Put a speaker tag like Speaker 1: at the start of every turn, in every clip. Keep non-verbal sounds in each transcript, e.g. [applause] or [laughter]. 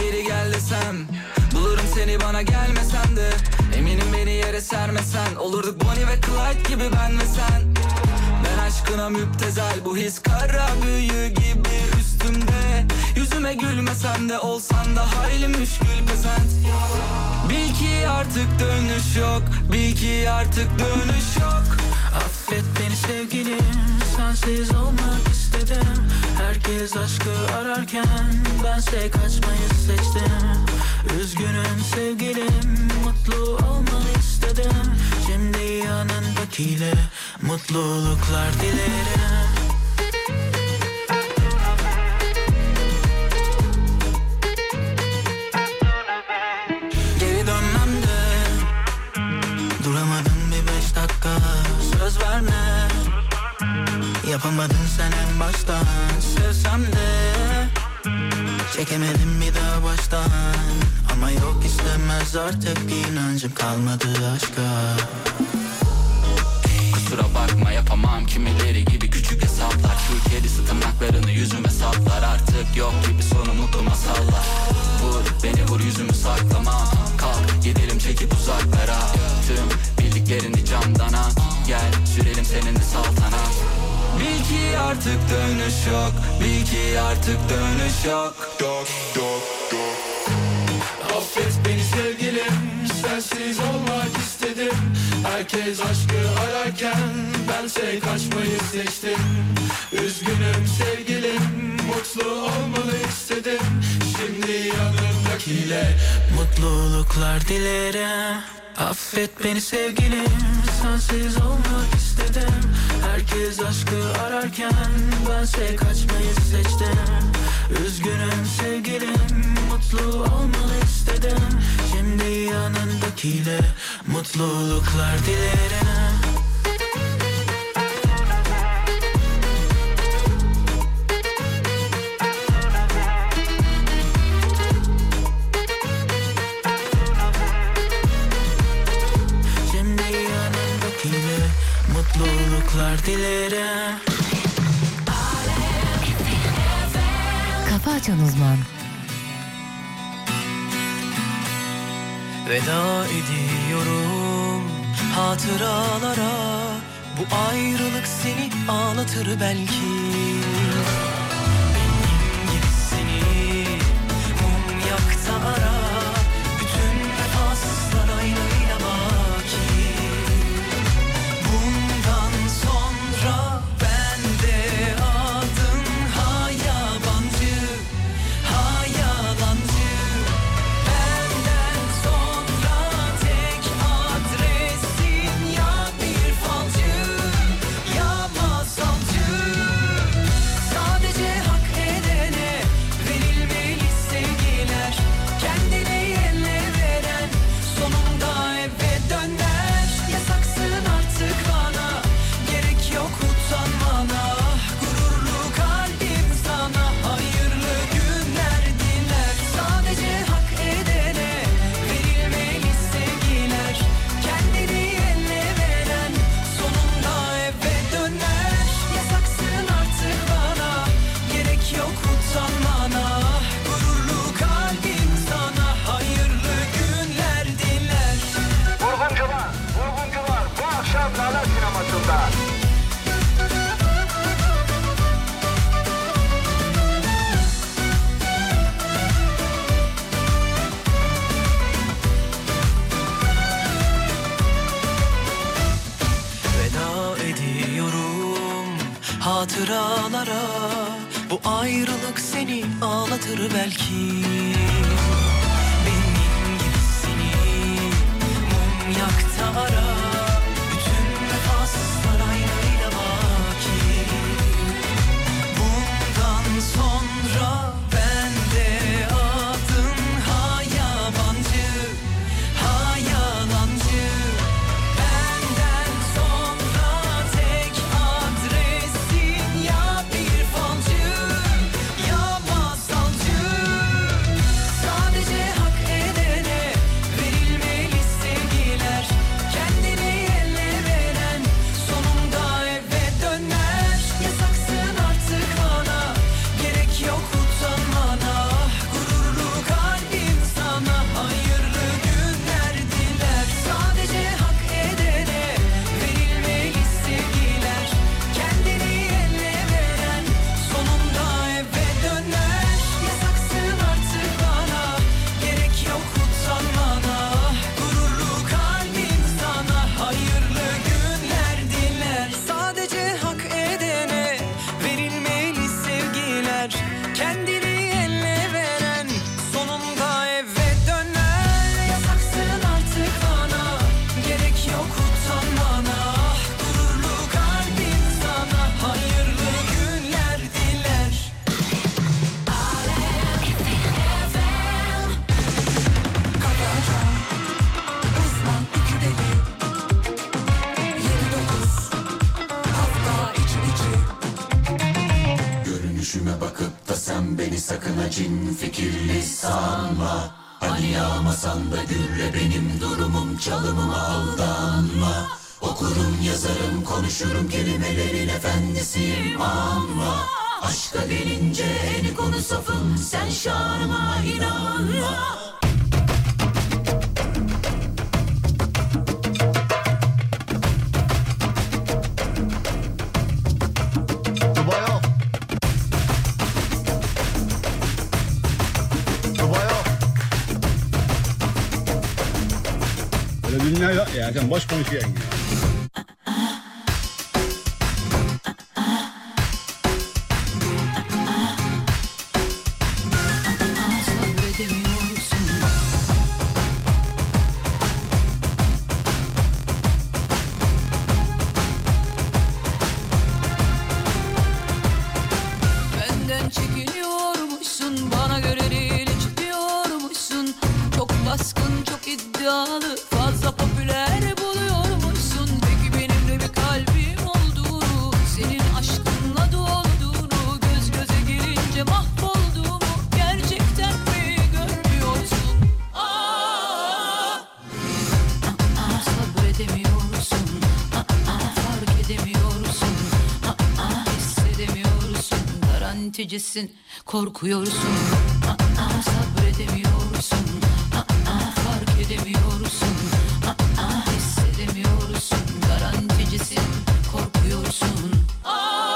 Speaker 1: Geri gel desem Bulurum seni bana gelmesen de Eminim beni yere sermesen Olurduk Bonnie ve Clyde gibi ben ve sen Ben aşkına müptezel Bu his kara büyü gibi üstümde Yüzüme gülmesem de olsan da Hayli müşkül pezent Bil ki artık dönüş yok Bil ki artık dönüş yok Affet beni sevgilim Sensiz olmak istedim Herkes aşkı ararken Bense kaçmayı seçtim Üzgünüm sevgilim Mutlu olmanı istedim Şimdi yanındakiyle Mutluluklar dilerim Geri dönmem de Duramadım bir beş dakika Söz verme Yapamadın sen en baştan Sevsem de Çekemedim bir daha baştan Ama yok istemez artık inancım kalmadı aşka Kusura bakma yapamam kimileri gibi küçük hesaplar Kül kedisi tırnaklarını yüzüme saplar Artık yok gibi sonu mutlu masallar Vur beni vur yüzümü saklama Kalk gidelim çekip uzaklara Tüm bildiklerini camdan at Gel sürelim seninle saltanat Bil ki artık dönüş yok Bil ki artık dönüş yok
Speaker 2: Dok dok dok Affet beni sevgilim Sensiz olmak istedim Herkes aşkı ararken Bense kaçmayı seçtim Üzgünüm sevgilim Mutlu olmanı istedim Şimdi yanımdakiyle
Speaker 1: Mutluluklar dilerim Affet beni sevgilim Sensiz olmak istedim Herkes aşkı ararken Bense kaçmayı seçtim Üzgünüm sevgilim Mutlu olmanı istedim Şimdi yanındakiyle Mutluluklar dilerim Şimdi yanındakiyle Mutluluklar dilerim
Speaker 3: Kafa Açan Uzman
Speaker 1: Veda ediyorum hatıralara Bu ayrılık seni ağlatır belki Benim gibisini mum yakta ara Bütün vefasızlar aynayla baki Bundan sonra ben de adın ha yabancı ha yalancı Benden sonra tek adresin ya bir falcı ya masalcı Sadece hak edene verilmeli sevgiler Kendine yerle veren sonunda eve döner Yasaksın artık bana gerek yok utanmana Gururlu kalbim sana hayırlı günler diler Sadece hak edene verilmeli sevgiler Kendini elle veren sonunda eve döner Yasaksın artık bana gerek yok utanmana Gururlu kalbim sana hayırlı günler diler
Speaker 4: Vurguncular, vurguncular bu akşam Lala sinemasında.
Speaker 1: Veda ediyorum hatıralara Bu ayrılık seni ağlatır belki Benim gibisini mum yakta ara Bütün vefasızlar aynayla baki Bundan sonra ben de adım
Speaker 5: cin fikirli sanma Hani yağmasan da gülle benim durumum çalımıma aldanma Okurum yazarım konuşurum kelimelerin efendisiyim ama Aşka gelince en konu safım sen şarma inanma
Speaker 6: Dubai off. Dubai off.
Speaker 7: Öyle dünya yok ya. Sen boş konuşuyorsun ya.
Speaker 8: Benden çekiliyormuşsun Bana göre değil hiç diyormuşsun Çok baskın çok iddialı Fazla popüler buluyormuşsun Peki benim de bir kalbim olduğunu Senin aşkınla dolduğunu Göz göze gelince mahvolduğumu Gerçekten mi görmüyorsun? Aa! Aa, sabredemiyorsun Aa, fark edemiyorsun Aa, hissedemiyorsun Garanticisin, korkuyorsun Aa, sabredemiyorsun Aa, fark edemiyorsun Aa, hissedemiyorsun Garanticisin, korkuyorsun Aa!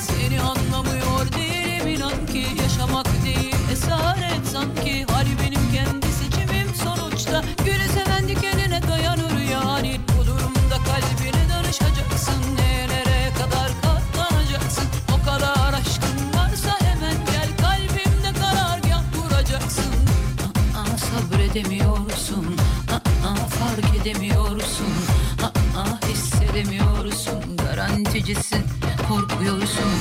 Speaker 8: Seni anlamıyor değilim inan ki Yaşamak değil esaret sanki Hali benim kendi seçimim sonuçta Gülü seven dikenine dayanır yani Bu durumda kalbine danışacaksın Ne nereye kadar katlanacaksın O kadar aşkın varsa hemen gel Kalbimde karargah kuracaksın Aa, sabredemiyorsun Aa, fark edemiyorsun Aa, hissedemiyorsun Garanticisin korkuyorsun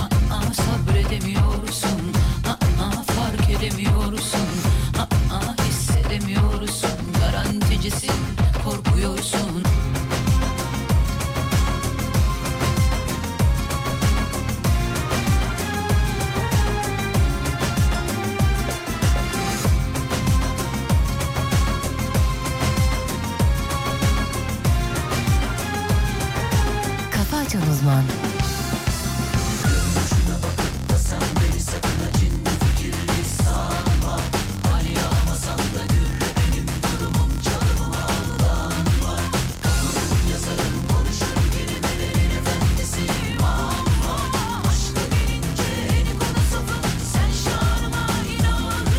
Speaker 8: Aa, sabredemiyorsun Aa, fark edemiyorsun Aa, hissedemiyorsun Garanticisin korkuyorsun
Speaker 3: Kafa Açan Uzman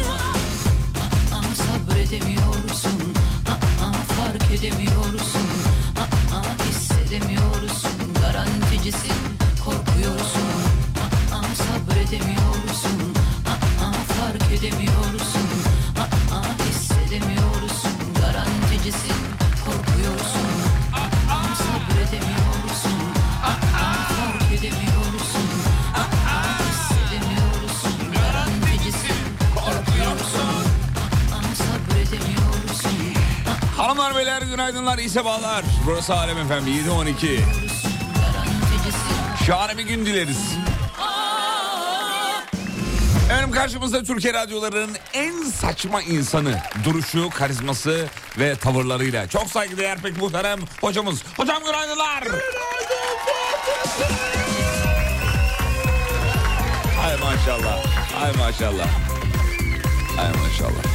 Speaker 8: Aa, sabredemiyorsun Aa, fark edemiyorsun Aa, hissedemiyorsun Garanticisin korkuyorsun Aa, sabredemiyorsun Aa, fark edemiyorsun Aa, hissedemiyorsun Garanticisin korkuyorsun Aa, sabredemiyorsun Aa, fark edemiyorsun Aa, hissedemiyorsun Garanticisin korkuyorsun
Speaker 9: Hanımlar beyler günaydınlar iyi sabahlar. Burası Alem Efendi 7.12. Şahane bir gün dileriz. Efendim karşımızda Türkiye radyolarının en saçma insanı duruşu, karizması ve tavırlarıyla. Çok saygıdeğer pek muhterem hocamız. Hocam günaydınlar. Ay maşallah. Ay maşallah. Ay maşallah.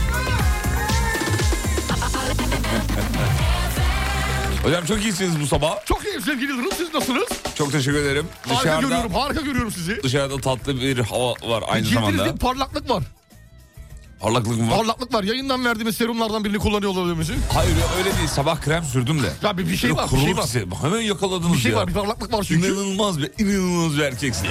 Speaker 9: Hocam çok iyisiniz bu sabah.
Speaker 6: Çok iyiyim sevgili Yıldırım. Siz nasılsınız?
Speaker 9: Çok teşekkür ederim.
Speaker 6: Harika
Speaker 9: Dışarıda
Speaker 6: görüyorum. Harika görüyorum sizi.
Speaker 9: dışarıda tatlı bir hava var aynı
Speaker 6: Cildinizde
Speaker 9: zamanda.
Speaker 6: parlaklık var.
Speaker 9: Parlaklık mı var?
Speaker 6: Parlaklık var. Yayından verdiğimiz serumlardan birini kullanıyor olabilmemizi.
Speaker 9: Hayır ya, öyle değil. Sabah krem sürdüm de.
Speaker 6: Ya bir- bir şey
Speaker 9: Böyle
Speaker 6: var, bir şey
Speaker 9: kuruluk
Speaker 6: var.
Speaker 9: hissi- Hemen yakaladınız
Speaker 6: Bir şey
Speaker 9: ya.
Speaker 6: var. Bir parlaklık var çünkü.
Speaker 9: İnanılmaz bir, inanılmaz bir erkeksin.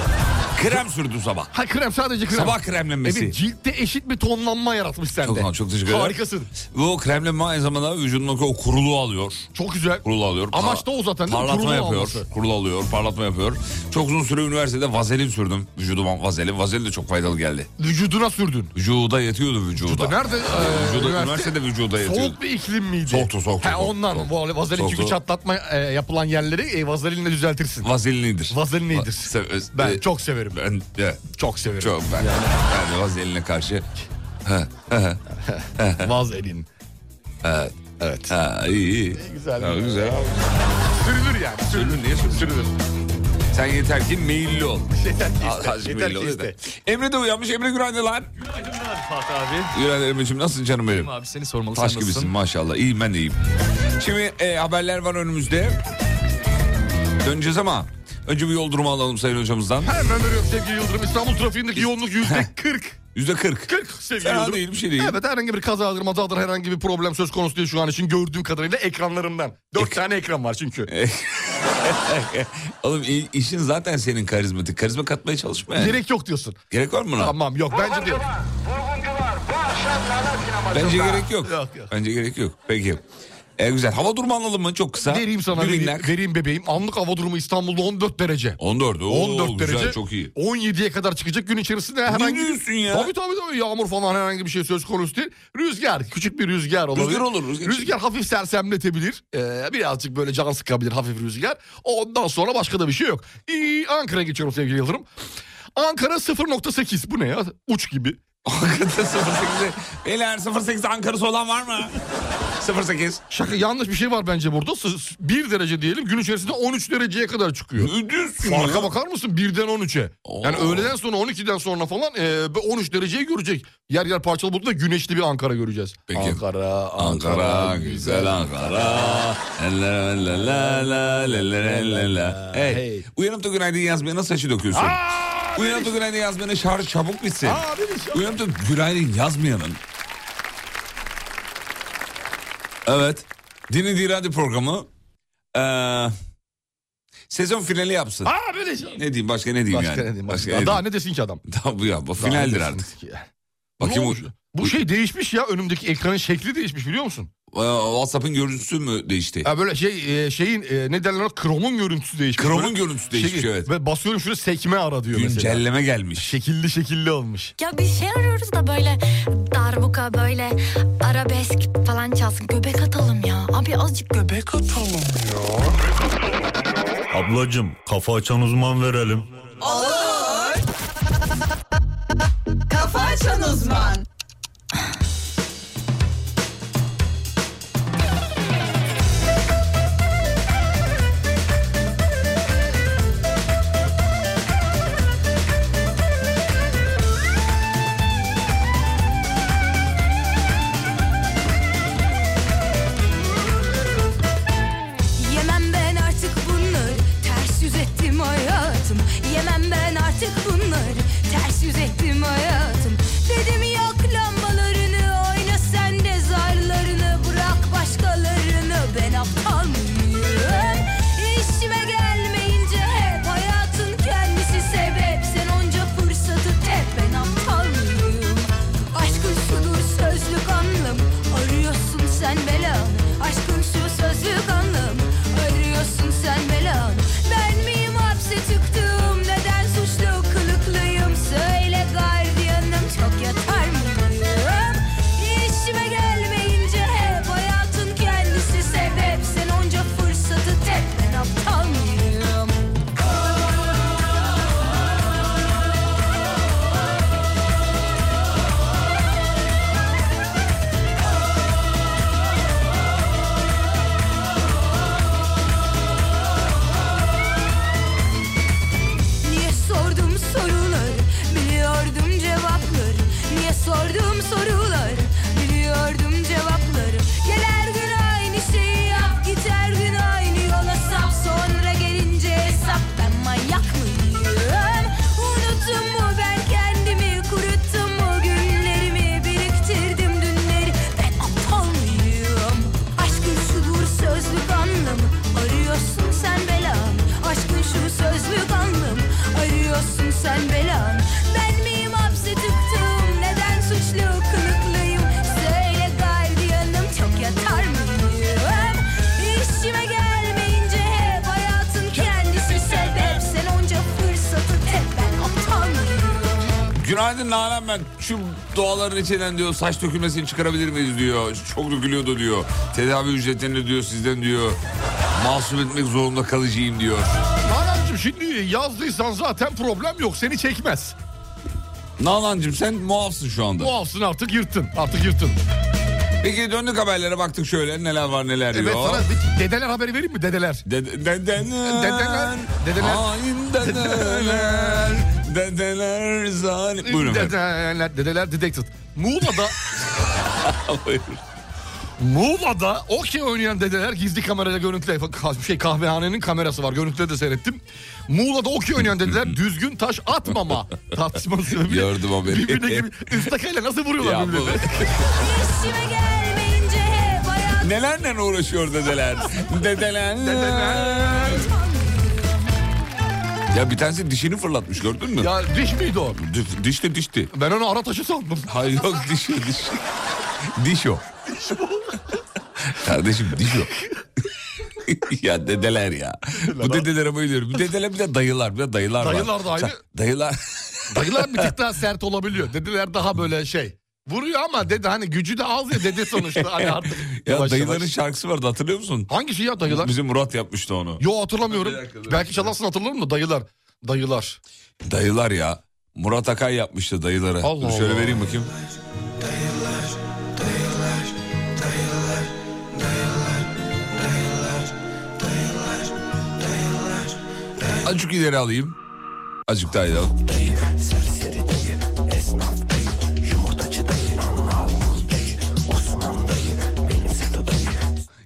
Speaker 9: Krem sürdü sabah.
Speaker 6: Ha krem sadece krem.
Speaker 9: Sabah kremlenmesi.
Speaker 6: Evet ciltte eşit bir tonlanma yaratmış sende.
Speaker 9: Çok, sağ ol, çok teşekkür ederim.
Speaker 6: Harikasın.
Speaker 9: Bu kremlenme aynı zamanda vücudundaki o kuruluğu alıyor.
Speaker 6: Çok güzel.
Speaker 9: Kurulu alıyor.
Speaker 6: Amaç da o zaten değil mi?
Speaker 9: Parlatma
Speaker 6: Kuruluğu
Speaker 9: yapıyor.
Speaker 6: alması.
Speaker 9: Kurulu alıyor, parlatma yapıyor. Çok uzun süre üniversitede vazelin sürdüm. Vücuduma vazelin. Vazelin de çok faydalı geldi.
Speaker 6: Vücuduna sürdün.
Speaker 9: Vücuda yatıyordu vücuda.
Speaker 6: Burada nerede? Ee,
Speaker 9: Vücuda,
Speaker 6: üniversite-
Speaker 9: üniversitede vücuda yatıyordu.
Speaker 6: Soğuk bir iklim miydi?
Speaker 9: Soğuktu, soğuktu,
Speaker 6: Ha,
Speaker 9: soğuktu,
Speaker 6: ondan
Speaker 9: soğuktu.
Speaker 6: bu vazelin
Speaker 9: Soğuktu.
Speaker 6: çünkü çatlatma e, yapılan yerleri e, vazelinle düzeltirsin.
Speaker 9: Vazelinidir.
Speaker 6: Vazelin iyidir.
Speaker 9: Va- se-
Speaker 6: ben
Speaker 9: e,
Speaker 6: çok severim.
Speaker 9: Ben, e,
Speaker 6: Çok severim.
Speaker 9: çok ben. Yani vazeline karşı.
Speaker 6: [laughs] Vazelin. Evet. Evet.
Speaker 9: Ha, iyi iyi.
Speaker 6: Güzel.
Speaker 9: Ha, güzel.
Speaker 6: Sürülür yani. Sürülür.
Speaker 9: Sürülür, niye sürülür?
Speaker 6: Sürülür.
Speaker 9: Sen yeter ki meyilli ol.
Speaker 6: [laughs] Yeter ki iste,
Speaker 9: Azıcık
Speaker 6: yeter
Speaker 9: meyilli
Speaker 6: ki
Speaker 9: ol
Speaker 6: iste.
Speaker 9: yeter. Emre de uyanmış. Emre günaydın lan.
Speaker 10: Fatih abi.
Speaker 9: Günaydın Emre'cim. Nasılsın canım benim?
Speaker 10: Abi seni sormalı.
Speaker 9: Taş
Speaker 10: sen
Speaker 9: gibisin
Speaker 10: nasılsın?
Speaker 9: maşallah. İyiyim ben de iyiyim. Şimdi e, haberler var önümüzde. Döneceğiz ama önce bir yol durumu alalım sayın hocamızdan.
Speaker 6: Hemen veriyorum sevgili Yıldırım. İstanbul trafiğindeki yoğunluk yüzde 40.
Speaker 9: Yüzde kırk. [laughs]
Speaker 6: 40 sevgili
Speaker 9: Fena
Speaker 6: Yıldırım.
Speaker 9: değil bir şey değil.
Speaker 6: Evet herhangi bir kazadır mazadır herhangi bir problem söz konusu değil şu an için gördüğüm kadarıyla ekranlarımdan. Dört tane ekran var çünkü.
Speaker 9: Oğlum i- işin zaten senin karizmatik. Karizma katmaya çalışma yani. Gerek,
Speaker 6: Gerek yok diyorsun.
Speaker 9: var mı buna?
Speaker 6: Tamam yok bence değil.
Speaker 4: Vurguncular, vurguncular bu akşam Lala sinemasında.
Speaker 9: Bence gerek yok.
Speaker 6: Yok, yok.
Speaker 9: Bence gerek yok. Peki. E, güzel. Hava durumu alalım mı? Çok kısa.
Speaker 6: Vereyim sana
Speaker 9: Bir
Speaker 6: vereyim,
Speaker 9: minnak.
Speaker 6: vereyim bebeğim. Anlık hava durumu İstanbul'da 14 derece.
Speaker 9: 14. Oo,
Speaker 6: 14
Speaker 9: güzel,
Speaker 6: derece.
Speaker 9: Çok iyi.
Speaker 6: 17'ye kadar çıkacak gün içerisinde herhangi
Speaker 9: diyorsun ya?
Speaker 6: Tabii tabii tabii. Yağmur falan herhangi bir şey söz konusu değil. Rüzgar küçük bir rüzgar olabilir.
Speaker 9: Rüzgar olur, rüzgar.
Speaker 6: hafif sersemletebilir. Ee, birazcık böyle can sıkabilir hafif rüzgar. Ondan sonra başka da bir şey yok. İyi Ankara'ya geçiyorum sevgili Yıldırım. Ankara 0.8 bu ne ya? Uç
Speaker 9: [laughs]
Speaker 6: gibi.
Speaker 9: Ankara'da 08'e. Beyler 08 Ankara'sı olan var mı? 08.
Speaker 6: Şaka yanlış bir şey var bence burada. 1 derece diyelim gün içerisinde 13 dereceye kadar çıkıyor.
Speaker 9: Ne diyorsun ya?
Speaker 6: Farka bakar mısın? Birden 13'e.
Speaker 9: Oo.
Speaker 6: Yani öğleden sonra 12'den sonra falan e, bir 13 dereceyi görecek. Yer yer parçalı bulutla güneşli bir Ankara göreceğiz.
Speaker 9: Peki.
Speaker 6: Ankara, Ankara,
Speaker 9: Ankara, güzel Ankara. La la la la la la la la. Hey,
Speaker 6: Hey.
Speaker 9: uyanıp da günaydın yazmaya nasıl saçı döküyorsun? Uyanıp da günaydın yazmayanın şarj çabuk bitsin.
Speaker 6: Aa, bir iş yok.
Speaker 9: Uyanıp da günaydın yazmayanın. Evet, Dini Diradi programı eee, sezon finali yapsın.
Speaker 6: Aa, böyle şey.
Speaker 9: Ne diyeyim başka ne diyeyim
Speaker 6: Başka ne
Speaker 9: yani?
Speaker 6: diyeyim?
Speaker 9: Başka
Speaker 6: Başka
Speaker 9: ne
Speaker 6: Daha
Speaker 9: diyeyim?
Speaker 6: ne desin ki adam?
Speaker 9: Daha bu ya bu
Speaker 6: Daha ne
Speaker 9: finaldir
Speaker 6: desin
Speaker 9: artık.
Speaker 6: ki ya?
Speaker 9: Bakayım
Speaker 6: Ne
Speaker 9: o-
Speaker 6: olmuş? Bu şey değişmiş ya önümdeki ekranın şekli değişmiş biliyor musun?
Speaker 9: Aa, Ee, WhatsApp'ın görüntüsü mü değişti?
Speaker 6: Ya böyle şey e, şeyin e, ne derler ona? kromun görüntüsü değişmiş.
Speaker 9: Kromun
Speaker 6: Böyle şey,
Speaker 9: görüntüsü değişmiş, evet.
Speaker 6: Ve basıyorum şuraya sekme ara diyor mesela.
Speaker 9: Güncelleme gelmiş.
Speaker 6: Şekilli şekilli olmuş.
Speaker 11: Ya bir şey arıyoruz da böyle darbuka böyle arabesk falan çalsın. Göbek atalım ya. Abi azıcık göbek atalım.
Speaker 2: Ablacım kafa açan uzman verelim.
Speaker 8: [laughs] Kafa açan uzman.
Speaker 11: Yemem ben artık bunları. Ters yüz ettim hayatım. Yemem ben
Speaker 9: Günaydın Nalan ben. Şu doğaların içinden diyor saç dökülmesini çıkarabilir miyiz diyor. Çok dökülüyordu diyor. Tedavi ücretini diyor sizden diyor. Masum etmek zorunda kalıcıyım diyor.
Speaker 6: Nalan'cığım şimdi yazdıysan zaten problem yok. Seni çekmez.
Speaker 9: Nalan'cığım sen muafsın şu anda.
Speaker 6: Muafsın artık yırttın. Artık yırttın.
Speaker 9: Peki döndük haberlere baktık şöyle neler var neler
Speaker 6: Evet
Speaker 9: yok.
Speaker 6: sana bir dedeler haberi vereyim mi dedeler?
Speaker 9: Dede- Dedeler,
Speaker 6: Dedeler, dedeler.
Speaker 9: hain
Speaker 6: [laughs]
Speaker 9: dedeler, dedeler zalim. Buyurun efendim.
Speaker 6: dedeler, dedeler detected. Muğla'da
Speaker 9: [laughs] Buyurun.
Speaker 6: Muğla'da okey oynayan dedeler gizli kamerayla görüntüle şey kahvehanenin kamerası var görüntüde de seyrettim. Muğla'da okey
Speaker 9: [laughs]
Speaker 6: oynayan dedeler düzgün taş atmama tartışması sebebiyle
Speaker 9: Gördüm haberi.
Speaker 6: Birbirine gibi ıstakayla nasıl vuruyorlar
Speaker 9: Ya bu-
Speaker 6: birbirine?
Speaker 11: İşime gelmeyince hep hayat
Speaker 9: Nelerle uğraşıyor dedeler. dedeler.
Speaker 6: Dedeler.
Speaker 9: Ya bir tanesi dişini fırlatmış gördün mü?
Speaker 6: Ya diş miydi o?
Speaker 9: Dü- Dişti dişti.
Speaker 6: Ben onu ara taşı sandım.
Speaker 9: Hayır yok diş o diş. Diş o. Kardeşim diş o. ya dedeler ya. Bu dedelere bayılıyorum. Dedeler bir de dayılar. Bir de dayılar, var.
Speaker 6: Dayılar da aynı.
Speaker 9: Sa- Dayılar. [laughs]
Speaker 6: Dayılar bir tık daha sert olabiliyor. Dedeler daha böyle şey. Vuruyor ama dede hani gücü de az ya dede sonuçta.
Speaker 9: [laughs]
Speaker 6: Hani artık
Speaker 9: ya
Speaker 6: yavaş
Speaker 9: dayıların
Speaker 6: yavaş.
Speaker 9: şarkısı vardı hatırlıyor musun?
Speaker 6: Hangisi ya dayılar?
Speaker 9: Bizim Murat yapmıştı onu.
Speaker 6: Yo hatırlamıyorum.
Speaker 9: Bir dakika, dur.
Speaker 6: Belki çalarsın hatırlarım da dayılar. Dayılar.
Speaker 9: Dayılar ya. Murat Akay yapmıştı dayıları.
Speaker 6: Allah
Speaker 9: Dur şöyle
Speaker 6: Allah.
Speaker 9: vereyim bakayım. Azıcık ileri alayım. Azıcık daha ileri alayım.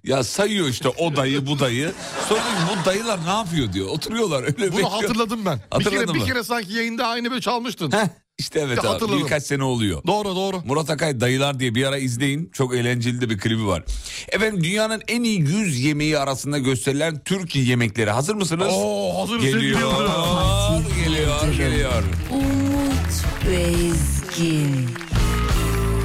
Speaker 9: Ya sayıyor işte o dayı bu dayı. Sonra diyor ki, bu dayılar ne yapıyor diyor. Oturuyorlar öyle
Speaker 6: Bunu
Speaker 9: bekliyor.
Speaker 6: hatırladım ben. bir
Speaker 9: Hatırladın
Speaker 6: kere,
Speaker 9: mı?
Speaker 6: bir kere sanki yayında aynı böyle çalmıştın.
Speaker 9: Heh, işte evet abi
Speaker 6: Hatırladım.
Speaker 9: birkaç sene oluyor.
Speaker 6: Doğru doğru.
Speaker 9: Murat Akay Dayılar diye bir ara izleyin. Çok eğlenceli de bir klibi var. Efendim dünyanın en iyi 100 yemeği arasında gösterilen Türkiye yemekleri. Hazır mısınız?
Speaker 6: Oo hazır mısın?
Speaker 9: geliyor, geliyor, geliyor.
Speaker 3: Umut Bezgin.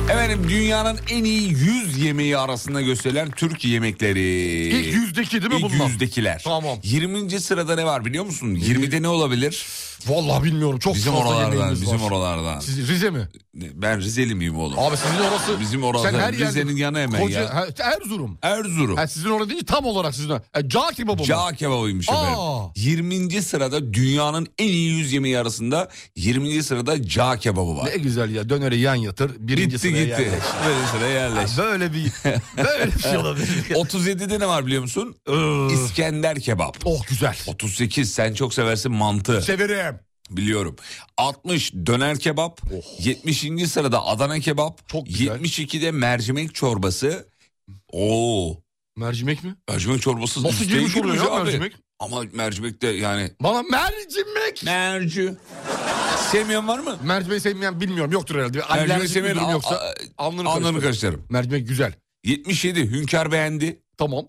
Speaker 9: Efendim dünyanın en iyi 100 yemeği arasında gösterilen Türkiye yemekleri.
Speaker 6: İlk yüzdeki değil mi
Speaker 9: İlk
Speaker 6: bunlar?
Speaker 9: yüzdekiler.
Speaker 6: Tamam.
Speaker 9: 20. sırada ne var biliyor musun? 20'de ne olabilir?
Speaker 6: Vallahi bilmiyorum. Çok
Speaker 9: Bizim
Speaker 6: fazla
Speaker 9: oralardan,
Speaker 6: yemeğimiz
Speaker 9: bizim
Speaker 6: var.
Speaker 9: oralardan.
Speaker 6: Siz Rize mi?
Speaker 9: Ben Rizeli miyim oğlum?
Speaker 6: Abi sizin orası.
Speaker 9: Bizim oralar-
Speaker 6: yerde-
Speaker 9: Rize'nin yanı hemen ya.
Speaker 6: Ha, Erzurum.
Speaker 9: Erzurum.
Speaker 6: Ha, sizin orada değil tam olarak sizin. orada. Ha, Cağ kebabı mı?
Speaker 9: Cağ kebabıymış
Speaker 6: Aa.
Speaker 9: efendim. 20. sırada dünyanın en iyi 100 yemeği arasında 20. sırada cağ kebabı var.
Speaker 6: Ne güzel ya döneri yan yatır. Birinci
Speaker 9: Gitti
Speaker 6: sıraya
Speaker 9: gitti.
Speaker 6: yerleş.
Speaker 9: Böyle sıraya yerleş. [laughs]
Speaker 6: Böyle bir böyle bir şey olabilir.
Speaker 9: 37'de ne var biliyor musun? İskender kebap.
Speaker 6: oh güzel.
Speaker 9: 38 sen çok seversin mantı
Speaker 6: Severim.
Speaker 9: biliyorum. 60 döner kebap. 70. sırada Adana kebap.
Speaker 6: Oh. Çok güzel.
Speaker 9: 72'de mercimek çorbası. Oo.
Speaker 6: Mercimek mi?
Speaker 9: Mercimek çorbası
Speaker 6: Nasıl
Speaker 9: üstelik
Speaker 6: girmiş oluyor ya
Speaker 9: abi.
Speaker 6: mercimek?
Speaker 9: Ama mercimek de yani
Speaker 6: Bana mercimek.
Speaker 9: Mercu. Sevmeyen var mı?
Speaker 6: Mercimeği sevmeyen bilmiyorum yoktur herhalde.
Speaker 9: Mercimeği
Speaker 6: Alerjik bir
Speaker 9: sevmeyen
Speaker 6: durum
Speaker 9: a-
Speaker 6: yoksa
Speaker 9: a-
Speaker 6: alnını
Speaker 9: Anlarını
Speaker 6: karıştırır.
Speaker 9: karıştırırım.
Speaker 6: Mercimek güzel.
Speaker 9: 77 Hünkar beğendi.
Speaker 6: Tamam.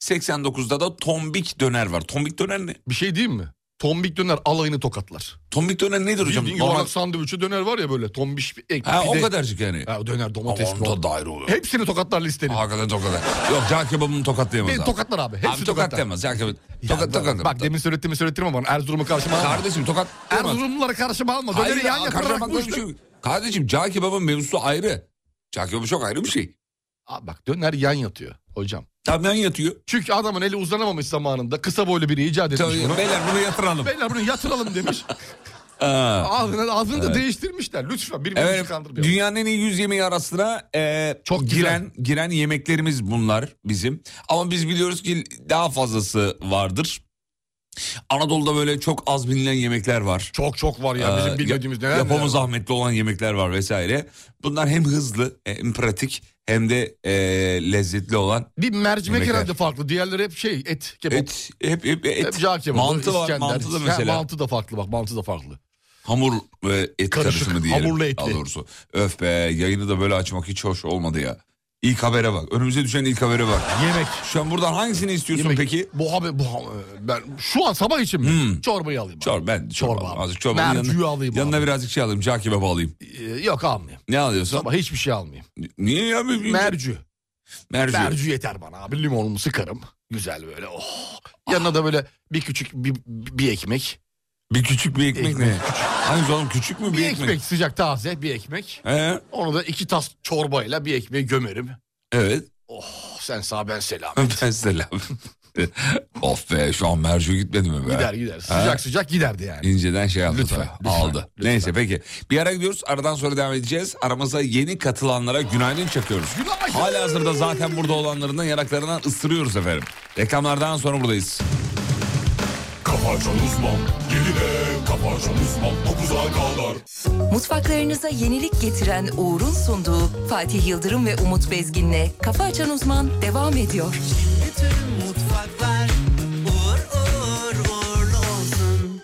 Speaker 9: 89'da da tombik döner var. Tombik döner ne?
Speaker 6: Bir şey diyeyim mi? Tombik döner alayını tokatlar.
Speaker 9: Tombik döner nedir hocam?
Speaker 6: Bildiğin
Speaker 9: Normal-
Speaker 6: yuvarlak sandviçi döner var ya böyle tombiş bir ek,
Speaker 9: Ha o
Speaker 6: pide.
Speaker 9: kadarcık yani.
Speaker 6: Ha, döner
Speaker 9: Ama
Speaker 6: domates.
Speaker 9: onda da ayrı oluyor.
Speaker 6: Hepsini tokatlar listenin.
Speaker 9: Hakikaten tokatlar. Yok cağ kebabını tokatlayamaz
Speaker 6: Beni
Speaker 9: abi.
Speaker 6: tokatlar abi. Hepsi
Speaker 9: Abi tokatlayamaz. Cağ kebabı. Tokat
Speaker 6: Bak,
Speaker 9: tokat.
Speaker 6: bak demin söylettiğimi söylettirme bana. Erzurum'u karşıma alma.
Speaker 9: Kardeşim tokat.
Speaker 6: Erzurumluları karşıma alma. Döneri yan yatırarak bu işte.
Speaker 9: Kardeşim cağ kebabın mevzusu ayrı. Cağ kebabı çok ayrı bir şey.
Speaker 6: Abi bak döner yan yatıyor hocam.
Speaker 9: Tam yan yatıyor.
Speaker 6: Çünkü adamın eli uzanamamış zamanında kısa boylu biri icat etmiş
Speaker 9: Tabii,
Speaker 6: bunu.
Speaker 9: Beyler bunu yatıralım.
Speaker 6: Beyler bunu
Speaker 9: [laughs]
Speaker 6: yatıralım demiş.
Speaker 9: Aa.
Speaker 6: Ağzını, ağzını da değiştirmişler. Lütfen birbirimizi
Speaker 9: Evet,
Speaker 6: kandırmayalım.
Speaker 9: dünyanın en iyi 100 yemeği arasına e,
Speaker 6: Çok
Speaker 9: giren giren yemeklerimiz bunlar bizim. Ama biz biliyoruz ki daha fazlası vardır. Anadolu'da böyle çok az bilinen yemekler var.
Speaker 6: Çok çok var ya bizim
Speaker 9: Ee,
Speaker 6: bilmediğimiz
Speaker 9: ya-
Speaker 6: neler.
Speaker 9: Yapımı
Speaker 6: neler var.
Speaker 9: zahmetli olan yemekler var vesaire. Bunlar hem hızlı hem pratik hem de e, lezzetli olan.
Speaker 6: Bir mercimek
Speaker 9: Yemekler.
Speaker 6: herhalde farklı. Diğerleri hep şey et, kebap.
Speaker 9: Et, hep, hep, E, et.
Speaker 6: Hep cağ kebabı,
Speaker 9: mantı var,
Speaker 6: İskender.
Speaker 9: mantı da
Speaker 6: Ha,
Speaker 9: mesela.
Speaker 6: mantı da farklı bak, mantı da farklı.
Speaker 9: Hamur ve et
Speaker 6: Karışık,
Speaker 9: karışımı diyelim.
Speaker 6: hamurlu etli.
Speaker 9: Daha doğrusu. Öf be yayını da böyle açmak hiç hoş olmadı ya. İlk habere bak. Önümüze düşen ilk habere bak.
Speaker 6: Yemek.
Speaker 9: Şu an buradan hangisini istiyorsun
Speaker 6: Yemek.
Speaker 9: peki?
Speaker 6: Bu abi, bu, ben şu an sabah için mi? Çorbayı alayım. abi.
Speaker 9: Hmm. Çor, ben çorba.
Speaker 6: Çorba.
Speaker 9: alayım. Azıcık çorbanın
Speaker 6: Mercimeği
Speaker 9: yanına,
Speaker 6: alayım
Speaker 9: yanına
Speaker 6: abi.
Speaker 9: birazcık şey alayım. Cağ kebabı alayım.
Speaker 6: Ee, yok almayayım.
Speaker 9: Ne alıyorsun?
Speaker 6: Sabah hiçbir şey almayayım.
Speaker 9: Niye ya? Bir- bir-
Speaker 6: Mercü.
Speaker 9: Merci.
Speaker 6: Mercü yeter bana abi. Limonumu sıkarım. Güzel böyle. Oh. Yanına da böyle bir küçük bir, bir ekmek.
Speaker 9: Bir küçük bir ekmek,
Speaker 6: Ekmek.
Speaker 9: ne? Hani canım küçük mü bir,
Speaker 6: Bir ekmek sıcak taze bir ekmek.
Speaker 9: He?
Speaker 6: Onu da iki tas çorbayla bir ekmeği gömerim.
Speaker 9: Evet.
Speaker 6: Oh sen sağ ben selam.
Speaker 9: Ben selam. [laughs] of be şu an Merco gitmedi mi be?
Speaker 6: Gider gider.
Speaker 9: He?
Speaker 6: Sıcak sıcak giderdi yani.
Speaker 9: İnceden şey aldı
Speaker 6: Lütfen,
Speaker 9: tabii. Aldı.
Speaker 6: lütfen.
Speaker 9: Neyse peki. Bir ara gidiyoruz. Aradan sonra devam edeceğiz. Aramıza yeni katılanlara günaydın çakıyoruz.
Speaker 6: Günaydın.
Speaker 9: Hala hazırda zaten burada olanlarından yanaklarından ısırıyoruz efendim. Reklamlardan sonra buradayız.
Speaker 5: Kafa Açan Uzman 7'de Kafa Açan Uzman 9'a kadar
Speaker 3: Mutfaklarınıza yenilik getiren Uğur'un sunduğu Fatih Yıldırım ve Umut Bezgin'le Kafa Açan Uzman devam ediyor.
Speaker 8: Mutfaklar uğur uğur uğurlu olsun.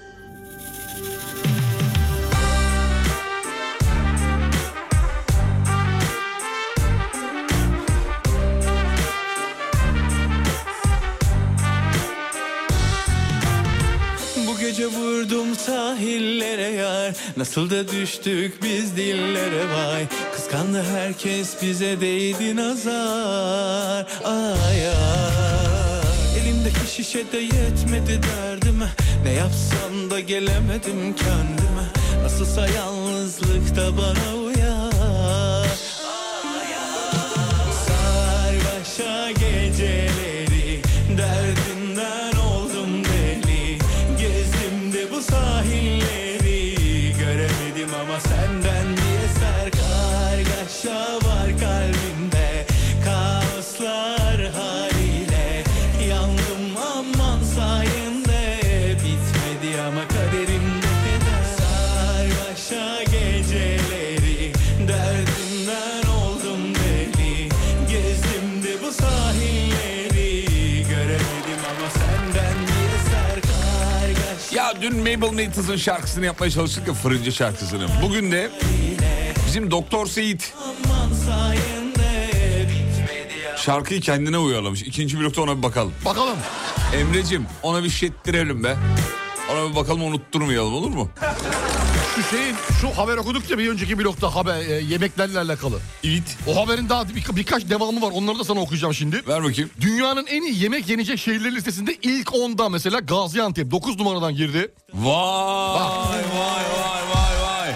Speaker 10: Bu gece vurdum sahillere yar Nasıl da düştük biz dillere vay Kıskandı herkes bize değdi nazar Ay ay Elimdeki şişe de yetmedi derdime Ne yapsam da gelemedim kendime Nasılsa yalnızlık da bana uyar Sarbaşa geceleri Derdinden oldum deli Gezdim de bu sahilleri Göremedim ama senden bir eser Kargaşa var kalbimde Kaoslar haliyle Yandım aman sayende Bitmedi ama kaderimde keder Sarbaşa geceleri Derdinden oldum deli Gezdim de bu sahilleri Göremedim ama senden bir eser kargaşa
Speaker 9: Ya dün Mabel Matiz'in şarkısını yapmaya çalıştık ya fırıncı şarkısını. Bugün de bizim Doktor Seyit
Speaker 10: aman sayende Bitmedi
Speaker 9: şarkıyı kendine uyarlamış. İkinci blokta ona bir bakalım.
Speaker 6: Bakalım.
Speaker 9: Emre'cim ona bir şettirelim be. Ona bir bakalım unutturmayalım olur mu?
Speaker 6: Şu şeyin şu haber okuduk ya bir önceki blokta haber e, yemeklerle alakalı.
Speaker 9: İt.
Speaker 6: O haberin daha bir- birkaç devamı var. Onları da sana okuyacağım şimdi.
Speaker 9: Ver bakayım.
Speaker 6: Dünyanın en iyi yemek yenecek şehirler listesinde ilk 10'da mesela Gaziantep 9 numaradan girdi.
Speaker 9: Vay vay vay vay vay.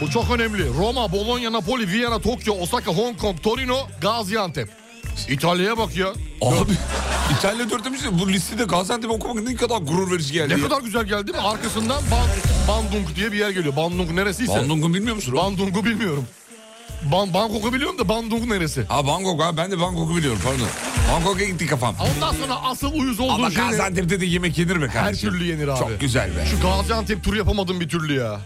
Speaker 6: Bu çok önemli. Roma, Bologna, Napoli, Viyana, Tokyo, Osaka, Hong Kong, Torino, Gaziantep. İtalya'ya bak ya.
Speaker 9: Abi [laughs] İtalya dörtümüz bu listede Gaziantep okumak ne kadar gurur verici geldi.
Speaker 6: Ne
Speaker 9: ya.
Speaker 6: kadar güzel geldi mi? Arkasından Ban- Bandung diye bir yer geliyor. Bandung neresiyse.
Speaker 9: Bandung'u bilmiyor musun? oğlum?
Speaker 6: Bandung'u bilmiyorum. Ban Bangkok'u biliyorum da Bandung neresi?
Speaker 9: Ha Bangkok ha ben de Bangkok'u biliyorum pardon. Bangkok'a gitti kafam.
Speaker 6: Ondan sonra asıl uyuz olduğu
Speaker 9: Ama
Speaker 6: şey ne?
Speaker 9: Gaziantep'te de yemek yenir be
Speaker 6: her
Speaker 9: kardeşim.
Speaker 6: türlü yenir abi.
Speaker 9: Çok güzel be.
Speaker 6: Şu Gaziantep turu yapamadım bir türlü ya.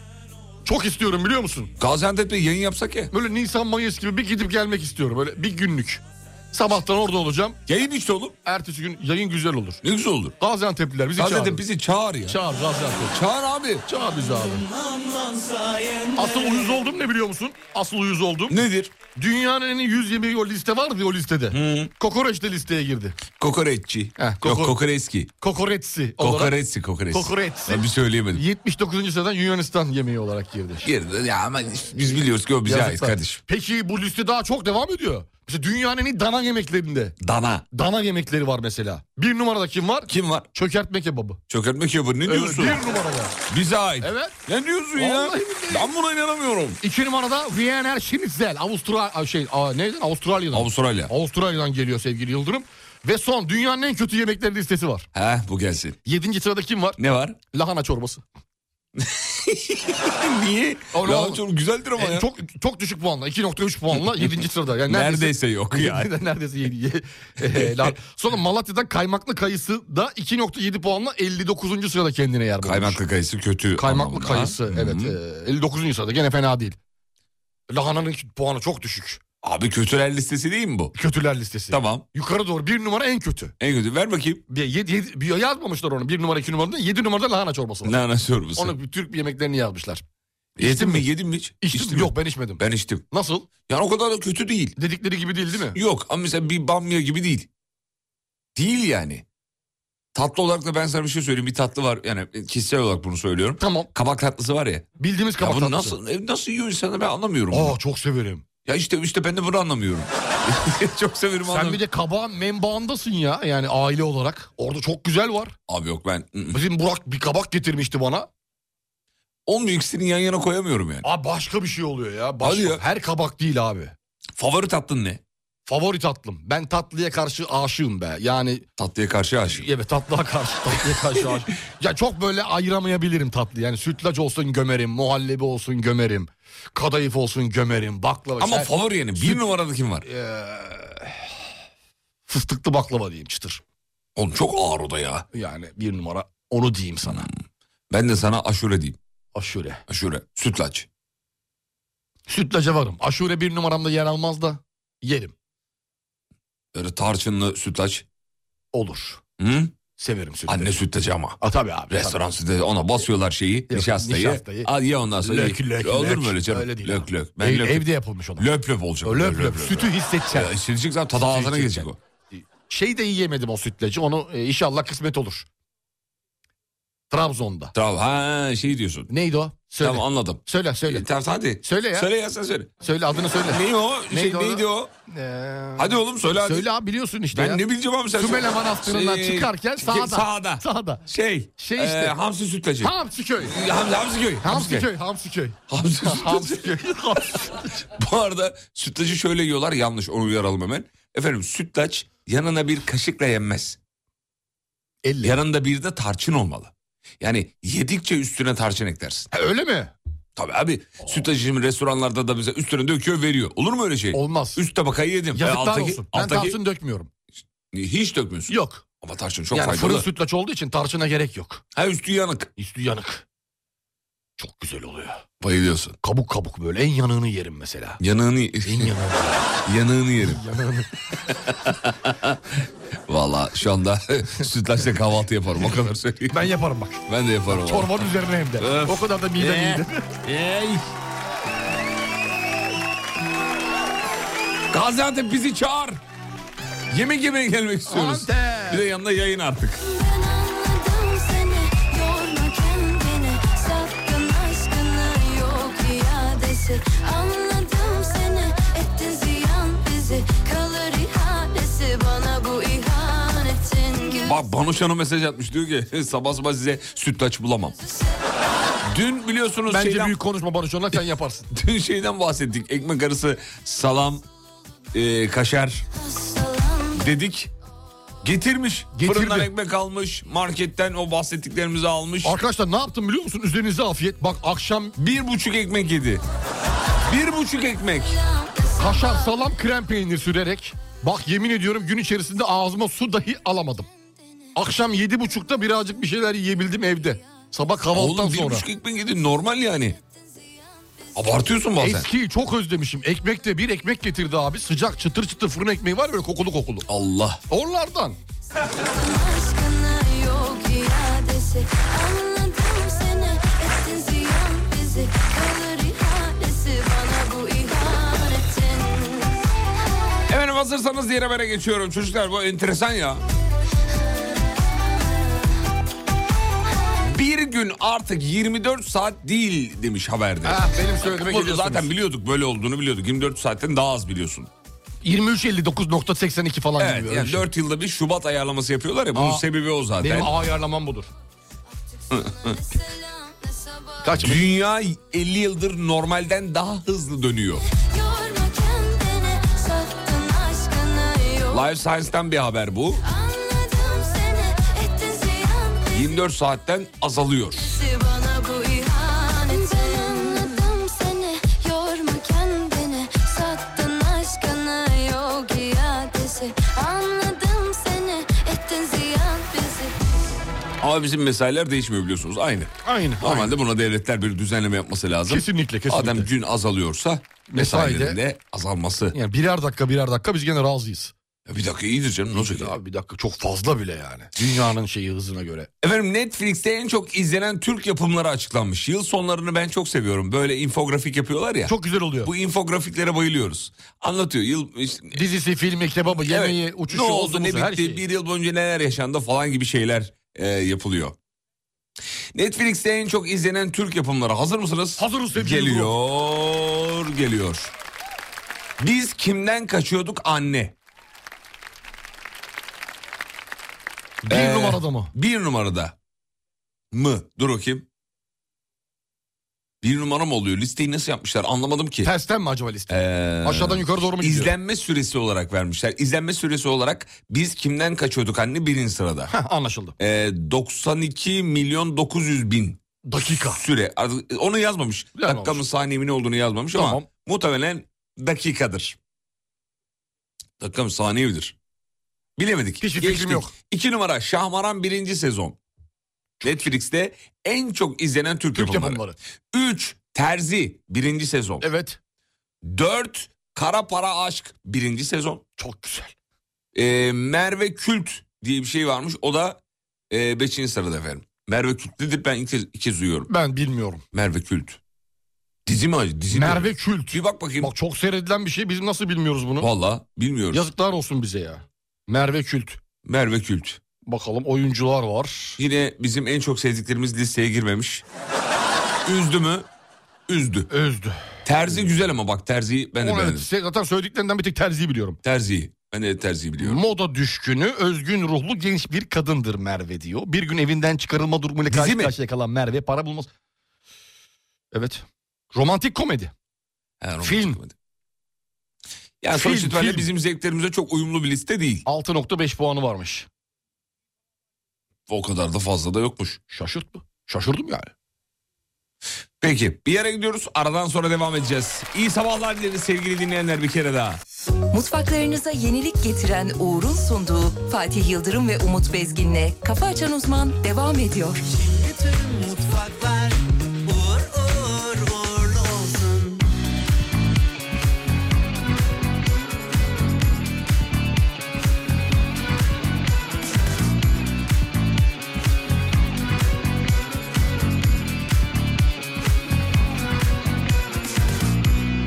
Speaker 6: Çok istiyorum biliyor musun?
Speaker 9: Gaziantep'te yayın yapsak ya.
Speaker 6: Böyle Nisan Mayıs gibi bir gidip gelmek istiyorum. Böyle bir günlük. Sabahtan orada olacağım.
Speaker 9: Yayın işte oğlum.
Speaker 6: Ertesi gün yayın güzel olur.
Speaker 9: Ne güzel olur.
Speaker 6: Gaziantep'liler bizi
Speaker 9: Gaziantep
Speaker 6: çağırın.
Speaker 9: bizi çağır ya.
Speaker 6: Çağır Gaziantep.
Speaker 9: Çağır abi.
Speaker 6: Çağır bizi abi.
Speaker 10: aman sayende
Speaker 6: Asıl uyuz oldum ne biliyor musun? Asıl uyuz oldum.
Speaker 9: Nedir?
Speaker 6: Dünyanın en iyi 100 yemeği o liste vardı ya o listede. Kokoreç de listeye girdi.
Speaker 9: Kokoreççi.
Speaker 6: Heh, koko-
Speaker 9: Yok kokoreçki.
Speaker 6: Kokoreçsi olarak.
Speaker 9: Kokoreçsi kokoreçsi.
Speaker 6: Kokoreçsi.
Speaker 9: Ben bir söyleyemedim.
Speaker 6: 79. sıradan Yunanistan yemeği olarak girdi.
Speaker 9: Girdi ya ama biz biliyoruz ki o bize ait
Speaker 6: Yazıklar.
Speaker 9: kardeşim.
Speaker 6: Peki bu liste daha çok devam ediyor. Mesela dünyanın en iyi dana yemeklerinde.
Speaker 9: Dana.
Speaker 6: Dana yemekleri var mesela. Bir numarada kim var?
Speaker 9: Kim var?
Speaker 6: Çökertme kebabı.
Speaker 9: Çökertme kebabı ne
Speaker 6: Evet,
Speaker 9: diyorsun?
Speaker 6: bir numarada.
Speaker 9: Bize ait.
Speaker 6: Evet.
Speaker 9: Ne diyorsun ya?
Speaker 6: Vallahi billahi.
Speaker 9: Ben buna inanamıyorum.
Speaker 6: İki numarada Wiener Schnitzel. Avusturya şey a, neyden? Avustralya'dan.
Speaker 9: Avustralya.
Speaker 6: Avustralya'dan geliyor sevgili Yıldırım. Ve son dünyanın en kötü yemekleri listesi var.
Speaker 9: He bu gelsin.
Speaker 6: Yedinci sırada kim var?
Speaker 9: Ne var?
Speaker 6: Lahana çorbası.
Speaker 9: [laughs] Niye?
Speaker 6: Oğlum,
Speaker 9: Lahana çorbası güzeldir ama
Speaker 6: E,
Speaker 9: ya.
Speaker 6: çok çok düşük puanla 2.3
Speaker 9: [laughs]
Speaker 6: puanla 7. sırada. Yani neredeyse,
Speaker 9: Neredeyse
Speaker 6: [laughs]
Speaker 9: yok yani.
Speaker 6: neredeyse yedi- [laughs] E, la- Sonra Malatya'dan kaymaklı kayısı da 2.7 puanla 59. sırada kendine yer bulmuş.
Speaker 9: Kaymaklı kayısı kötü.
Speaker 6: Kaymaklı
Speaker 9: anlamında.
Speaker 6: kayısı
Speaker 9: Hı.
Speaker 6: evet. e, 59. sırada gene fena değil. Lahananın puanı çok düşük.
Speaker 9: Abi kötüler listesi değil mi bu?
Speaker 6: Kötüler listesi.
Speaker 9: Tamam.
Speaker 6: Yukarı doğru bir numara en kötü.
Speaker 9: En kötü ver bakayım.
Speaker 6: Bir, yedi, yedi- bir yazmamışlar onu. Bir numara iki numarada. Yedi numarada lahana çorbası var.
Speaker 9: Lahana çorbası.
Speaker 6: Onu bir Türk yemeklerini yazmışlar.
Speaker 9: Yedin mi? Yedin mi hiç?
Speaker 6: İçtim,
Speaker 9: İçtin mi?
Speaker 6: yok ben içmedim.
Speaker 9: Ben içtim.
Speaker 6: Nasıl?
Speaker 9: Yani o kadar da kötü değil.
Speaker 6: Dedikleri gibi değil değil mi?
Speaker 9: Yok ama mesela bir bamya gibi değil. Değil yani. Tatlı olarak da ben sana bir şey söyleyeyim. Bir tatlı var yani kişisel olarak bunu söylüyorum.
Speaker 6: Tamam.
Speaker 9: Kabak tatlısı var ya.
Speaker 6: Bildiğimiz
Speaker 9: Ya
Speaker 6: kabak
Speaker 9: bunu
Speaker 6: tatlısı.
Speaker 9: nasıl e, nasıl yiyor insanlar ben anlamıyorum. bunu.
Speaker 6: Aa çok severim.
Speaker 9: Ya işte işte ben de bunu anlamıyorum. [laughs] çok severim
Speaker 6: Sen bir
Speaker 9: anlamıyorum.
Speaker 6: de kabağın menbaındasın ya yani aile olarak. Orada çok güzel var.
Speaker 9: Abi yok ben. ı-ı.
Speaker 6: Bizim Burak bir kabak getirmişti bana.
Speaker 9: Olmuyor ikisini yan yana koyamıyorum yani.
Speaker 6: Abi başka bir şey oluyor ya. Başka, Her kabak değil abi.
Speaker 9: Favori tatlın ne?
Speaker 6: Favori tatlım. Ben tatlıya karşı aşığım be. Yani
Speaker 9: tatlıya karşı aşık.
Speaker 6: Evet tatlıya karşı tatlıya
Speaker 9: [laughs]
Speaker 6: karşı aşığım. Ya çok böyle ayıramayabilirim tatlı. Yani sütlaç olsun gömerim, muhallebi olsun gömerim, kadayıf olsun gömerim, baklava.
Speaker 9: Ama
Speaker 6: Sen-
Speaker 9: favori yani bir
Speaker 6: Süt-
Speaker 9: numarada kim var?
Speaker 6: fıstıklı baklava diyeyim çıtır.
Speaker 9: Oğlum çok ağır o da ya. Hmm.
Speaker 6: Yani bir numara onu diyeyim sana.
Speaker 9: Ben de sana aşure diyeyim.
Speaker 6: Aşure.
Speaker 9: Aşure. Sütlaç.
Speaker 6: Sütlaca varım. Aşure bir numaramda yer almaz da yerim.
Speaker 9: Böyle tarçınlı sütlaç.
Speaker 6: Olur.
Speaker 9: Hı?
Speaker 6: Severim sütlaç.
Speaker 9: Anne sütlacı ama.
Speaker 6: A, tabii abi.
Speaker 9: Restoran
Speaker 6: tabii.
Speaker 9: sütlacı. Ona basıyorlar şeyi. nişastayı.
Speaker 6: nişastayı.
Speaker 9: Al ye ondan sonra.
Speaker 6: Lök,
Speaker 9: ye.
Speaker 6: lök,
Speaker 9: Olur
Speaker 6: lök.
Speaker 9: mu öyle canım?
Speaker 6: Öyle değil
Speaker 9: lök
Speaker 6: abi.
Speaker 9: lök.
Speaker 6: Ev-
Speaker 9: lök-
Speaker 6: evde yapılmış olan.
Speaker 9: Löp löp olacak.
Speaker 6: Löp löp. Sütü hissedeceksin.
Speaker 9: Ya, hissedeceksin zaten tadı
Speaker 6: Sütü
Speaker 9: ağzına gelecek
Speaker 6: hissedeceksin.
Speaker 9: o.
Speaker 6: Şey de yiyemedim o sütlacı. Onu e, inşallah kısmet olur. Trabzon'da.
Speaker 9: Tamam ha şey diyorsun.
Speaker 6: Neydi o? Söyle.
Speaker 9: Tamam anladım.
Speaker 6: Söyle söyle.
Speaker 9: E, tamam, hadi.
Speaker 6: Söyle ya.
Speaker 9: Söyle ya, sen söyle.
Speaker 6: Söyle adını söyle.
Speaker 9: Neydi o? Şey,
Speaker 6: o?
Speaker 9: neydi o?
Speaker 6: Ee,
Speaker 9: Hadi oğlum söyle hadi.
Speaker 6: Söyle abi biliyorsun işte
Speaker 9: Ben
Speaker 6: ya.
Speaker 9: ne bileceğim abi sen
Speaker 6: Sümele
Speaker 9: söyle.
Speaker 6: Manastırı'ndan
Speaker 9: Şey,
Speaker 6: çıkarken
Speaker 9: şey,
Speaker 6: sağda.
Speaker 9: sağda.
Speaker 6: Sağda.
Speaker 9: Şey.
Speaker 6: Şey işte.
Speaker 9: e, hamsi sütlacı.
Speaker 6: Hamsiköy.
Speaker 9: Hamsi, Hamsiköy.
Speaker 6: Hamsiköy. Hamsiköy.
Speaker 9: [laughs] Hamsi sütlacı.
Speaker 6: Hamsiköy.
Speaker 9: Bu arada sütlacı şöyle yiyorlar yanlış onu uyaralım hemen. Efendim sütlaç yanına bir kaşıkla yenmez.
Speaker 6: Elle.
Speaker 9: Yanında bir de tarçın olmalı. Yani yedikçe üstüne tarçın eklersin.
Speaker 6: Ha, Öyle mi?
Speaker 9: Tabii abi sütlacı şimdi restoranlarda da bize üstüne döküyor veriyor. Olur mu öyle şey?
Speaker 6: Olmaz.
Speaker 9: Üst tabakayı yedim. E,
Speaker 6: Yazıklar
Speaker 9: alttaki-
Speaker 6: olsun. Ben
Speaker 9: alttaki-
Speaker 6: tarçın dökmüyorum.
Speaker 9: Hiç dökmüyorsun.
Speaker 6: Yok.
Speaker 9: Ama tarçın çok
Speaker 6: yani
Speaker 9: faydalı.
Speaker 6: fırın sütlaç olduğu için tarçına gerek yok.
Speaker 9: Ha üstü yanık.
Speaker 6: Üstü yanık. Çok güzel oluyor.
Speaker 9: Bayılıyorsun.
Speaker 6: Kabuk kabuk böyle en yanığını yerim mesela.
Speaker 9: Yanığını, [laughs]
Speaker 6: En yanığını.
Speaker 9: yanığını yerim. [laughs]
Speaker 6: yanığını.
Speaker 9: Valla şu anda [laughs] sütlaçla kahvaltı yaparım o kadar söyleyeyim.
Speaker 6: Ben yaparım bak.
Speaker 9: Ben de yaparım. valla.
Speaker 6: Çorbanın üzerine hem de.
Speaker 9: Oh. Öf.
Speaker 6: O kadar da midem
Speaker 9: Ee,
Speaker 6: iyiydi.
Speaker 9: Ey. Gaziantep bizi çağır. Yemek yemeye gelmek istiyoruz.
Speaker 6: Antep.
Speaker 9: Bir de yanında yayın artık.
Speaker 12: Ben anladım seni, yorma kendini Sattın aşkını, yok iadesi Anladım seni, ettin ziyan bizi Kalır ihanesi, bana bu ihanetin gün
Speaker 9: Bak Banuş Hanım mesaj atmış diyor ki [laughs] sabah sabah size sütlaç bulamam. Dün biliyorsunuz
Speaker 6: Bence
Speaker 9: şeyden,
Speaker 6: büyük konuşma Barış onunla sen yaparsın.
Speaker 9: [laughs] dün şeyden bahsettik. Ekmek arası salam, e, kaşar dedik. Getirmiş.
Speaker 6: Getirdi.
Speaker 9: Fırından ekmek almış. Marketten o bahsettiklerimizi almış.
Speaker 6: Arkadaşlar ne yaptım biliyor musun? Üzerinize afiyet. Bak akşam
Speaker 9: Bir buçuk ekmek yedi. Bir buçuk ekmek.
Speaker 6: kaşar salam krem peynir sürerek. Bak yemin ediyorum gün içerisinde ağzıma su dahi alamadım. Akşam yedi buçukta birazcık bir şeyler yiyebildim evde. Sabah kahvaltıdan
Speaker 9: Oğlum bir
Speaker 6: sonra.
Speaker 9: buçuk ekmek yedi normal yani. Abartıyorsun bazen.
Speaker 6: Eskiyi çok özlemişim. Ekmek de bir ekmek getirdi abi. Sıcak çıtır çıtır fırın ekmeği var ya böyle kokulu kokulu.
Speaker 9: Allah.
Speaker 6: Onlardan.
Speaker 12: aşkını, yok iadesi Anladım seni, ettin ziyan bizi Kalır ihanesi, bana bu ihanetin
Speaker 9: Hemen hazırsanız diğer habere geçiyorum. Çocuklar bu enteresan ya. Bir gün artık 24 saat değil demiş haberde.
Speaker 6: Ha, benim söylediğime
Speaker 9: Bunu
Speaker 6: geliyorsunuz.
Speaker 9: zaten biliyorduk böyle olduğunu biliyorduk. 24 saatten daha az biliyorsun.
Speaker 6: 23.59.82 falan
Speaker 9: Evet
Speaker 6: gibi.
Speaker 9: yani 4 yılda bir Şubat ayarlaması yapıyorlar ya bunun
Speaker 6: Aa,
Speaker 9: sebebi o zaten.
Speaker 6: Benim ağ ayarlamam budur. Kaç?
Speaker 9: Dünya 50 yıldır normalden daha hızlı dönüyor.
Speaker 12: Yorma kendini, sattın aşkını, yok
Speaker 9: Life Science'dan bir haber bu.
Speaker 12: Anladım seni, ettin ziyan
Speaker 9: 24 saatten azalıyor.
Speaker 12: bizi Bana bu ihanetin Anladım seni, yorma kendini Sattın aşkını, yok iadesi Anladım seni, ettin ziyan bizi
Speaker 9: Ama bizim mesailer değişmiyor biliyorsunuz aynı.
Speaker 6: Aynı. aynı.
Speaker 9: Normalde buna devletler bir düzenleme yapması lazım.
Speaker 6: Kesinlikle, kesinlikle.
Speaker 9: Adam gün azalıyorsa
Speaker 6: Mesai de-
Speaker 9: mesailerin de azalması.
Speaker 6: Yani birer dakika birer dakika biz gene razıyız.
Speaker 9: Ya bir dakika iyidir canım ne olacak ya?
Speaker 6: Abi bir dakika çok fazla bile yani. Dünyanın şeyi hızına göre.
Speaker 9: Efendim Netflix'te en çok izlenen Türk yapımları açıklanmış. Yıl sonlarını ben çok seviyorum. Böyle infografik yapıyorlar ya.
Speaker 6: Çok güzel oluyor.
Speaker 9: Bu infografiklere bayılıyoruz. Anlatıyor yıl işte-
Speaker 6: Dizisi, filmi, kebabı, yemeği,
Speaker 9: Evet.
Speaker 6: uçuşu,
Speaker 9: ne oldu ne
Speaker 6: oldu, her
Speaker 9: bitti
Speaker 6: şey.
Speaker 9: bir yıl boyunca neler yaşandı falan gibi şeyler e, yapılıyor. Netflix'te en çok izlenen Türk yapımları hazır mısınız?
Speaker 6: Hazırız sevgili
Speaker 9: Geliyor geliyor. Biz kimden kaçıyorduk anne?
Speaker 6: Bir
Speaker 9: Ee,
Speaker 6: numarada mı?
Speaker 9: Bir numarada mı? Dur bakayım. bir numara mı oluyor? Listeyi nasıl yapmışlar anlamadım ki. Ee,
Speaker 6: Tersten mi acaba liste? Aşağıdan yukarı doğru mu gidiyor?
Speaker 9: İzlenme süresi olarak vermişler. İzlenme süresi olarak biz kimden kaçıyorduk anne birinci sırada.
Speaker 6: anlaşıldı.
Speaker 9: 92 Ee, milyon 900 bin.
Speaker 6: Dakika.
Speaker 9: Süre. Artık e, Onu yazmamış. Dakikamın saniyemin olduğunu yazmamış ama muhtemelen dakikadır. Dakikam saniye midir? Bilemedik. Hiçbir fikrim yok. İki numara Şahmaran birinci sezon. Netflix'te en çok izlenen Türk, yapımları. Üç Terzi birinci sezon.
Speaker 6: Evet.
Speaker 9: Dört Kara Para Aşk birinci sezon. Ee,
Speaker 6: Çok güzel.
Speaker 9: Merve Kült diye bir şey varmış. O da e, beşinci sırada efendim. Merve Kült nedir ben ilk kez, ilk kez duyuyorum.
Speaker 6: Ben bilmiyorum.
Speaker 9: Merve Kült. Dizi mi acı? Dizi mi?
Speaker 6: Merve Kült.
Speaker 9: Bir bak bakayım.
Speaker 6: Bak çok seyredilen bir şey biz nasıl bilmiyoruz bunu?
Speaker 9: Valla bilmiyoruz.
Speaker 6: Yazıklar olsun bize ya. Merve Kült.
Speaker 9: Merve Kült.
Speaker 6: Bakalım oyuncular var.
Speaker 9: Yine bizim en çok sevdiklerimiz listeye girmemiş. Üzdü mü? Üzdü.
Speaker 6: Üzdü.
Speaker 9: Terzi güzel ama bak terziyi ben de
Speaker 6: Onu evet,
Speaker 9: beğendim.
Speaker 6: se- Şey, zaten söylediklerinden bir tek terziyi biliyorum.
Speaker 9: Terziyi. Ben de terziyi biliyorum.
Speaker 6: Moda düşkünü, özgün ruhlu genç bir kadındır Merve diyor. Bir gün evinden çıkarılma durumuyla
Speaker 9: Dizi
Speaker 6: karşı
Speaker 9: mi?
Speaker 6: karşıya kalan Merve para bulmaz. Evet. Romantik komedi. Film.
Speaker 9: Yani sonuç
Speaker 6: Film,
Speaker 9: itibariyle
Speaker 6: film.
Speaker 9: bizim zevklerimize çok uyumlu bir liste değil.
Speaker 6: 6.5 puanı varmış.
Speaker 9: O kadar da fazla da yokmuş.
Speaker 6: Şaşırt mı? Şaşırdım yani.
Speaker 9: Peki bir yere gidiyoruz. Aradan sonra devam edeceğiz. İyi sabahlar dileriz sevgili dinleyenler bir kere daha.
Speaker 3: Mutfaklarınıza yenilik getiren Uğur'un sunduğu Fatih Yıldırım ve Umut Bezgin'le Kafa Açan Uzman devam ediyor.
Speaker 8: mutfaklar uğur uğur uğurlu olsun.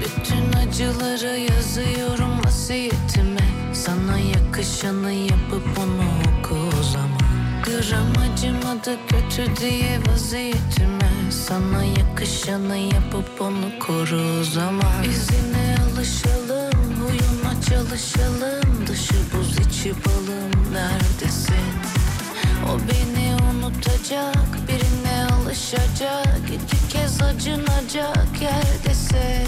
Speaker 13: Bütün acıları yazıyorum vasiyetime Sana yakışanı yapıp onu oku o zaman Gram acımadı kötü diye vaziyetime Sana yakışanı yapıp onu koru o zaman İzine alışalım, huyuna çalışalım Dışı buz içi balım neredesin? O beni unutacak, birine alışacak İki kez acınacak yerdesin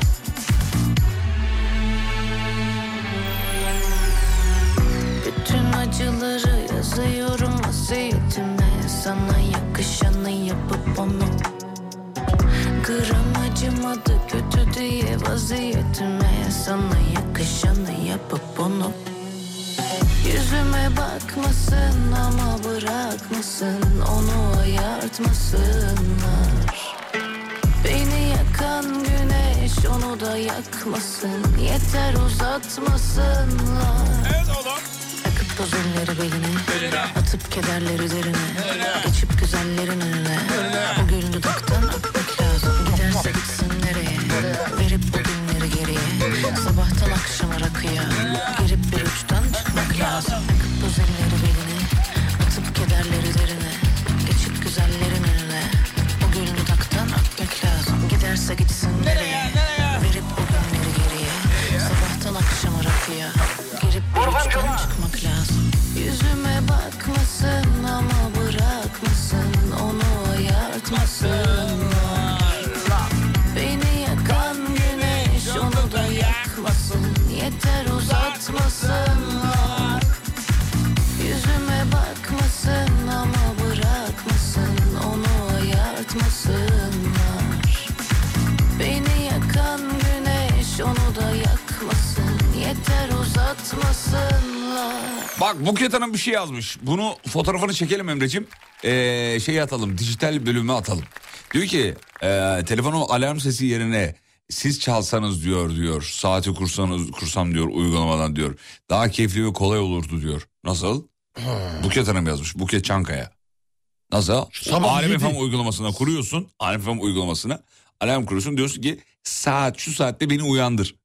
Speaker 13: Bütün acıları yazıyorum vasiyetime Sana yakışanı yapıp onu Gram acımadı kötü diye vaziyetime Sana yakışanı yapıp onu Yüzüme bakmasın ama bırakmasın Onu ayartmasınlar Beni yakan güneş onu da yakmasın Yeter uzatmasınlar Evet oğlum Takıp toz elleri beline Atıp kederleri derine Geçip güzellerin önüne O gül dudaktan öpmek lazım Giderse gitsin nereye Verip o günleri geriye Sabahtan akşama rakıya Girip bir uçtan çıkmak lazım Takıp toz elleri beline Atıp kederleri derine Geçip güzellerin önüne O gül dudaktan öpmek lazım Giderse gitsin nereye Verip o günleri geriye Sabahtan akşama rakıya Girip bir uçtan çıkmak lazım Yüzüme bakmasın ama bırakmasın Onu ayartmasınlar Beni yakan güneş onu da yakmasın Yeter uzatmasınlar Yüzüme bakmasın ama bırakmasın Onu ayartmasınlar Beni yakan güneş onu da yakmasın Yeter uzatmasınlar
Speaker 9: Bak Buket Hanım bir şey yazmış. Bunu fotoğrafını çekelim Emre'cim. Ee, şey atalım dijital bölüme atalım. Diyor ki e, telefonun alarm sesi yerine siz çalsanız diyor diyor. Saati kursanız kursam diyor uygulamadan diyor. Daha keyifli ve kolay olurdu diyor. Nasıl? Buket Hanım yazmış. Buket Çankaya. Nasıl?
Speaker 6: sabah
Speaker 9: Alem
Speaker 6: yedi.
Speaker 9: FM uygulamasına kuruyorsun. Alem FM uygulamasına. Alarm kuruyorsun diyorsun ki saat şu saatte beni uyandır.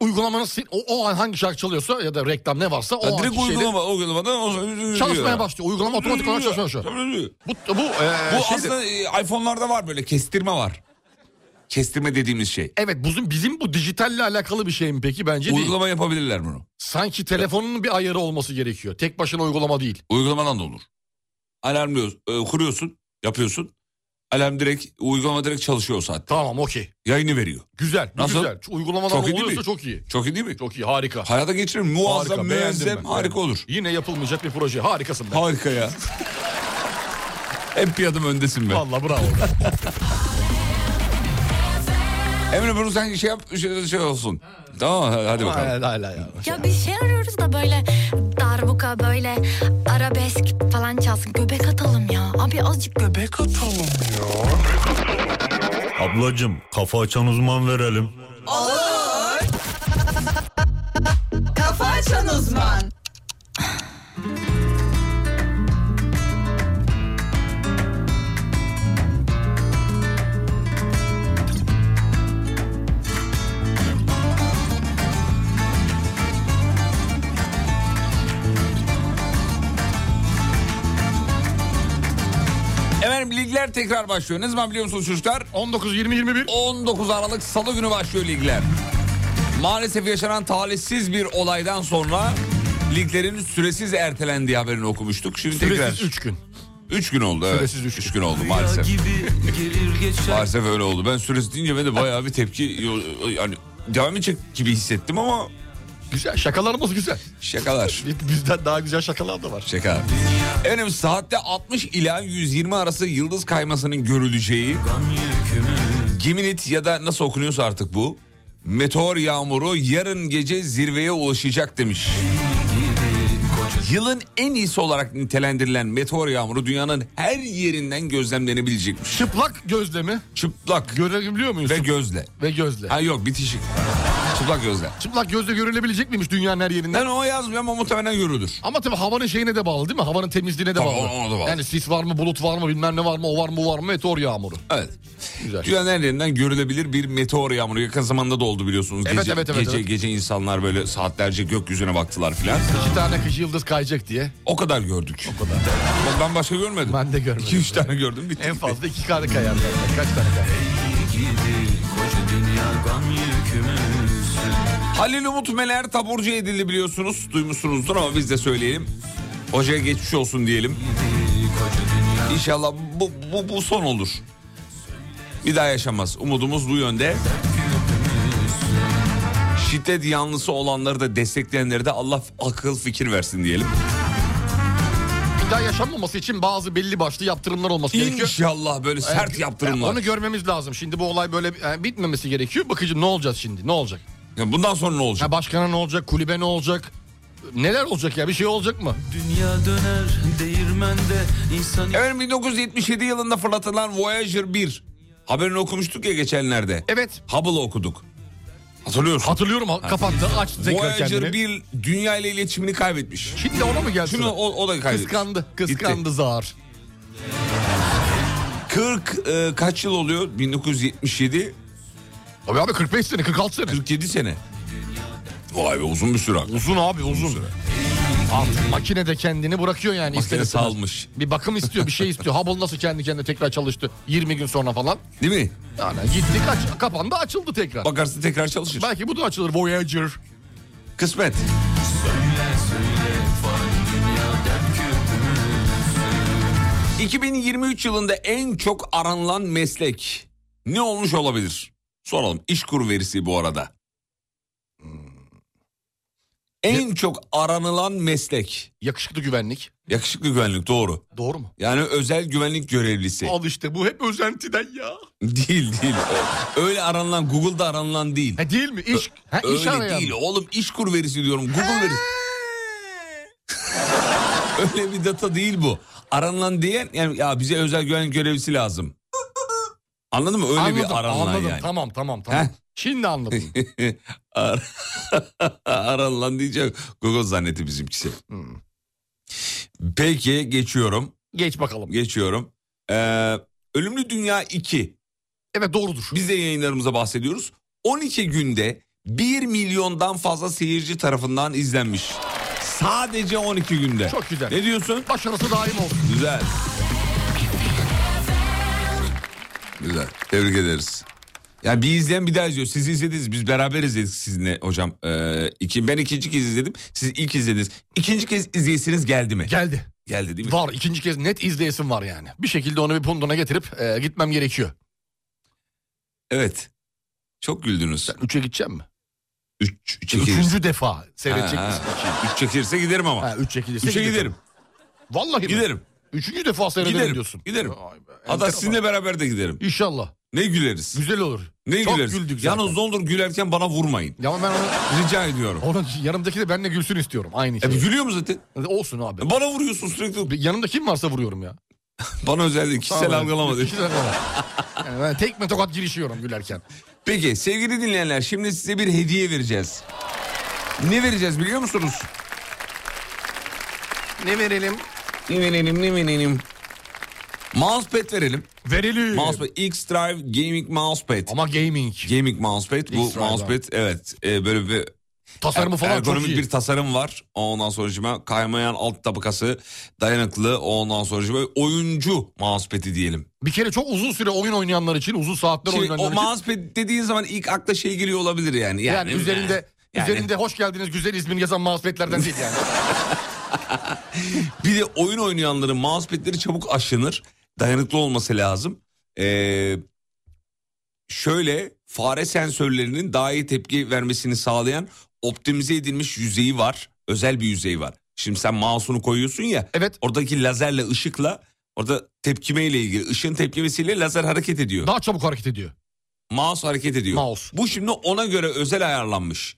Speaker 6: Uygulamanın sin- o, o an hangi şarkı çalıyorsa ya da reklam ne varsa o
Speaker 9: Ya
Speaker 6: anki
Speaker 9: direkt
Speaker 6: şeyle-
Speaker 9: uygulama uygulamadan o-
Speaker 6: Çalışmaya başlıyor. Uygulama otomatik olarak çalışmaya başlıyor. Bu, bu, e,
Speaker 9: bu
Speaker 6: şeyde-
Speaker 9: aslında e, iPhone'larda var böyle kestirme var. Kestirme dediğimiz şey.
Speaker 6: Evet bizim, bizim bu dijitalle alakalı bir şey mi peki? Bence değil.
Speaker 9: Uygulama yapabilirler bunu.
Speaker 6: Sanki telefonun bir ayarı olması gerekiyor. Tek başına uygulama değil.
Speaker 9: Uygulamadan da olur. Alarm diyor- e, kuruyorsun, yapıyorsun. Alarm direkt uygulama direkt çalışıyor o saatte.
Speaker 6: Tamam okey.
Speaker 9: Yayını veriyor.
Speaker 6: Güzel. bu
Speaker 9: Nasıl?
Speaker 6: Güzel. Şu Uygulamadan
Speaker 9: Çok iyi değil
Speaker 6: oluyorsa
Speaker 9: mi?
Speaker 6: çok iyi.
Speaker 9: Çok iyi değil mi?
Speaker 6: Çok iyi harika.
Speaker 9: Hayata geçirir muazzam,
Speaker 6: Harika, beğendim
Speaker 9: müezzem,
Speaker 6: ben.
Speaker 9: harika olur.
Speaker 6: Yine yapılmayacak bir proje. Harikasın be.
Speaker 9: Harika ya. Hep bir adım öndesin be.
Speaker 6: Vallahi bravo.
Speaker 9: Emre bunu sen şey yap, şey, şey olsun. Tamam hadi bakalım.
Speaker 11: Ya bir şey arıyoruz da böyle darbuka böyle arabesk falan çalsın. Göbek atalım ya. Abi azıcık göbek atalım ya.
Speaker 2: Ablacım kafa açan uzman verelim.
Speaker 1: [laughs]
Speaker 14: Olur. Kafa açan uzman.
Speaker 9: Efendim ligler tekrar başlıyor. Ne zaman biliyor musunuz çocuklar?
Speaker 6: 19-20-21.
Speaker 9: 19 Aralık Salı günü başlıyor ligler. Maalesef yaşanan talihsiz bir olaydan sonra liglerin süresiz ertelendiği haberini okumuştuk. Şimdi tekrar...
Speaker 6: Süresiz 3 gün.
Speaker 9: 3 gün oldu evet. Süresiz 3 gün. oldu maalesef. [laughs] maalesef öyle oldu. Ben süresiz deyince ben de bayağı bir tepki... Yani devam edecek gibi hissettim ama...
Speaker 6: Güzel şakalarımız güzel.
Speaker 9: Şakalar.
Speaker 6: [laughs] Bizden daha güzel şakalar da var.
Speaker 9: Şaka. Efendim saatte 60 ila 120 arası yıldız kaymasının görüleceği Giminit ya da nasıl okunuyorsa artık bu meteor yağmuru yarın gece zirveye ulaşacak demiş. Yılın en iyisi olarak nitelendirilen meteor yağmuru dünyanın her yerinden gözlemlenebilecekmiş.
Speaker 6: Çıplak gözle mi?
Speaker 9: Çıplak.
Speaker 6: Görebiliyor muyuz?
Speaker 9: Ve gözle.
Speaker 6: Ve gözle.
Speaker 9: Ha yok bitişik. Çıplak gözle.
Speaker 6: Çıplak gözle görülebilecek miymiş dünyanın her yerinden?
Speaker 9: Ben o yazmıyorum ama muhtemelen görülür.
Speaker 6: Ama tabii havanın şeyine de bağlı değil mi? Havanın temizliğine de
Speaker 9: Tabii,
Speaker 6: bağlı.
Speaker 9: ona- ona da bağlı.
Speaker 6: Yani sis var mı, bulut var mı, bilmem ne var mı, o var mı, bu var mı, meteor yağmuru.
Speaker 9: Evet. Dünyanın her yerinden görülebilir bir meteor yağmuru. Yakın zamanda da oldu biliyorsunuz.
Speaker 6: Evet,
Speaker 9: gece,
Speaker 6: evet, evet,
Speaker 9: gece,
Speaker 6: evet.
Speaker 9: gece insanlar böyle saatlerce gökyüzüne baktılar filan.
Speaker 6: İki tane kış yıldız kayacak diye.
Speaker 9: O kadar gördük. O kadar. Ben başka görmedim.
Speaker 6: Ben de görmedim.
Speaker 9: 2-3 tane gördüm bitti.
Speaker 6: En fazla iki tane kayar. zaten. Kaç tane kayar?
Speaker 9: Halil Umut Meler taburcu edildi biliyorsunuz. Duymuşsunuzdur ama biz de söyleyelim. Hocaya geçmiş olsun diyelim. İnşallah bu, bu, bu son olur. Bir daha yaşamaz. Umudumuz bu yönde. Şiddet yanlısı olanları da destekleyenleri de Allah akıl fikir versin diyelim.
Speaker 6: Bir daha yaşanmaması için bazı belli başlı yaptırımlar olması gerekiyor.
Speaker 9: İnşallah böyle sert
Speaker 6: Ee,
Speaker 9: yaptırımlar.
Speaker 6: Onu görmemiz lazım. Şimdi bu olay böyle e, bitmemesi gerekiyor. Bakıcı ne olacağız şimdi? Ne olacak?
Speaker 9: Ya bundan sonra ne olacak?
Speaker 6: Ha, başkana ne olacak? Kulübe ne olacak? Neler olacak ya? Bir şey olacak mı?
Speaker 9: Dünya döner değirmende insan... Efendim 1977 yılında fırlatılan Voyager 1 haberini okumuştuk ya geçenlerde.
Speaker 6: Evet.
Speaker 9: Hubble'ı okuduk. Hatırlıyorsun.
Speaker 6: Hatırlıyorum. ha-
Speaker 9: Ha.
Speaker 6: Kapattı. Açtı tekrar
Speaker 9: Voyager
Speaker 6: kendini.
Speaker 9: 1 dünya ile iletişimini kaybetmiş.
Speaker 6: Şimdi ona mı gelsin?
Speaker 9: Şimdi o, o da kaybetmiş.
Speaker 6: Kıskandı. Kıskandı zar.
Speaker 9: 40 e, kaç yıl oluyor? 1977.
Speaker 6: Abi abi 45 sene, 46 sene.
Speaker 9: 47 sene. Vay be uzun bir süre.
Speaker 6: Uzun abi uzun. Artık makine de kendini bırakıyor yani. ister
Speaker 9: Makine
Speaker 6: istemez.
Speaker 9: salmış.
Speaker 6: Bir bakım istiyor, bir şey istiyor. Hubble nasıl kendi kendine tekrar çalıştı 20 gün sonra falan.
Speaker 9: Değil mi?
Speaker 6: Yani gitti kaç, kapandı açıldı tekrar.
Speaker 9: Bakarsın tekrar çalışır.
Speaker 6: Belki bu da açılır Voyager.
Speaker 9: Kısmet.
Speaker 8: Söyle söyle fani dünya dert küpümüz.
Speaker 9: 2023 yılında en çok aranılan meslek ne olmuş olabilir? Soralım. İşkur verisi bu arada. Hmm. En çok aranılan meslek.
Speaker 6: Yakışıklı güvenlik.
Speaker 9: Yakışıklı güvenlik doğru.
Speaker 6: Doğru mu?
Speaker 9: Yani özel güvenlik görevlisi.
Speaker 6: Al işte bu hep özentiden ya.
Speaker 9: Değil değil. Ö- Öyle aranılan Google'da aranılan değil.
Speaker 6: Ha, değil mi? İş, ha, iş
Speaker 9: Öyle
Speaker 6: arayan.
Speaker 9: değil oğlum İşkur verisi diyorum. Google verisi. [laughs] Öyle bir data değil bu. Aranılan diyen yani ya bize özel güvenlik görevlisi lazım. Anladın mı? Öyle
Speaker 6: Anladım,
Speaker 9: bir aranılan
Speaker 6: anladım.
Speaker 9: yani.
Speaker 6: Tamam tamam tamam.
Speaker 9: Heh.
Speaker 6: Şimdi anladım.
Speaker 9: [laughs] Ar- [laughs] Aranılan diyecek. Google zannetti bizimkisi.
Speaker 6: Hmm.
Speaker 9: Peki geçiyorum.
Speaker 6: Geç bakalım.
Speaker 9: Geçiyorum. Ee, Ölümlü Dünya 2.
Speaker 6: Evet doğrudur.
Speaker 9: Biz de yayınlarımıza bahsediyoruz. 12 günde 1 milyondan fazla seyirci tarafından izlenmiş. Sadece 12 günde.
Speaker 6: Çok güzel.
Speaker 9: Ne diyorsun?
Speaker 6: Başarısı daim olsun.
Speaker 9: Güzel. Güzel. Tebrik ederiz. Yani bir izleyen bir daha izliyor. Siz izlediniz. Biz beraber izledik sizinle hocam. Ee, iki, ben ikinci kez izledim. Siz ilk izlediniz. İkinci kez izleyesiniz geldi mi?
Speaker 6: Geldi.
Speaker 9: Geldi değil mi?
Speaker 6: Var ikinci kez net izleyesim var yani. Bir şekilde onu bir punduna getirip e, gitmem gerekiyor.
Speaker 9: Evet. Çok güldünüz. Sen
Speaker 6: üçe gideceğim mi?
Speaker 9: Üç, üçe
Speaker 6: Üçüncü defa seyredecek misin?
Speaker 9: Üç çekilirse giderim ama.
Speaker 6: Ha, üç çekilirse
Speaker 9: Üçe
Speaker 6: giderim.
Speaker 9: giderim.
Speaker 6: Vallahi mi?
Speaker 9: Giderim.
Speaker 6: Üçüncü defa seyrederim
Speaker 9: Giderim.
Speaker 6: diyorsun.
Speaker 9: Giderim. Hatta sizinle beraber de giderim.
Speaker 6: İnşallah.
Speaker 9: Ne güleriz.
Speaker 6: Güzel olur.
Speaker 9: Ne
Speaker 6: Çok
Speaker 9: güleriz.
Speaker 6: güldük zaten.
Speaker 9: Yalnız ne olur gülerken bana vurmayın.
Speaker 6: Ya ama ben onu...
Speaker 9: Rica ediyorum.
Speaker 6: Onun yanımdaki de benimle gülsün istiyorum aynı şey.
Speaker 9: gülüyor mu zaten? E,
Speaker 6: Olsun abi.
Speaker 9: Bana vuruyorsun sürekli.
Speaker 6: Yanımda kim varsa vuruyorum ya.
Speaker 9: [laughs] Bana özel değil. Kişisel
Speaker 6: Tamam,
Speaker 9: algılama değil.
Speaker 6: kişisel algılama. Yani ben tekme tokat girişiyorum gülerken.
Speaker 9: Peki sevgili dinleyenler şimdi size bir hediye vereceğiz. Ne vereceğiz biliyor musunuz?
Speaker 6: Ne verelim?
Speaker 9: Ne verelim ne verelim? Mousepad verelim.
Speaker 6: Verelim.
Speaker 9: Mousepad X-Drive Gaming Mousepad.
Speaker 6: Ama gaming.
Speaker 9: Gaming Mousepad. Bu
Speaker 6: X-Drive
Speaker 9: mousepad evet e, böyle bir... er,
Speaker 6: Tasarımı falan çok
Speaker 9: ergonomik
Speaker 6: iyi.
Speaker 9: bir tasarım var. Ondan sonra şimdi kaymayan alt tabakası dayanıklı. Ondan sonra şimdi oyuncu mousepad'i diyelim.
Speaker 6: Bir kere çok uzun süre oyun oynayanlar için, uzun saatler
Speaker 9: Şimdi
Speaker 6: oynayanlar
Speaker 9: o
Speaker 6: için.
Speaker 9: mousepad dediğin zaman ilk akla şey geliyor olabilir yani.
Speaker 6: Yani,
Speaker 9: Yani,
Speaker 6: üzerinde
Speaker 9: yani-
Speaker 6: üzerinde hoş geldiniz güzel İzmir yazan mousepad'lerden değil yani.
Speaker 9: Bir de oyun oynayanların mousepad'leri çabuk aşınır. Dayanıklı olması lazım. Ee, şöyle fare sensörlerinin daha iyi tepki vermesini sağlayan optimize edilmiş yüzeyi var. Özel bir yüzey var. Şimdi sen mouse'unu koyuyorsun ya.
Speaker 6: Evet.
Speaker 9: Oradaki lazerle ışıkla orada tepkimeyle ilgili ışın tepkimesiyle lazer hareket ediyor.
Speaker 6: Daha çabuk hareket ediyor.
Speaker 9: Mouse hareket ediyor.
Speaker 6: Mouse.
Speaker 9: Bu şimdi ona göre özel ayarlanmış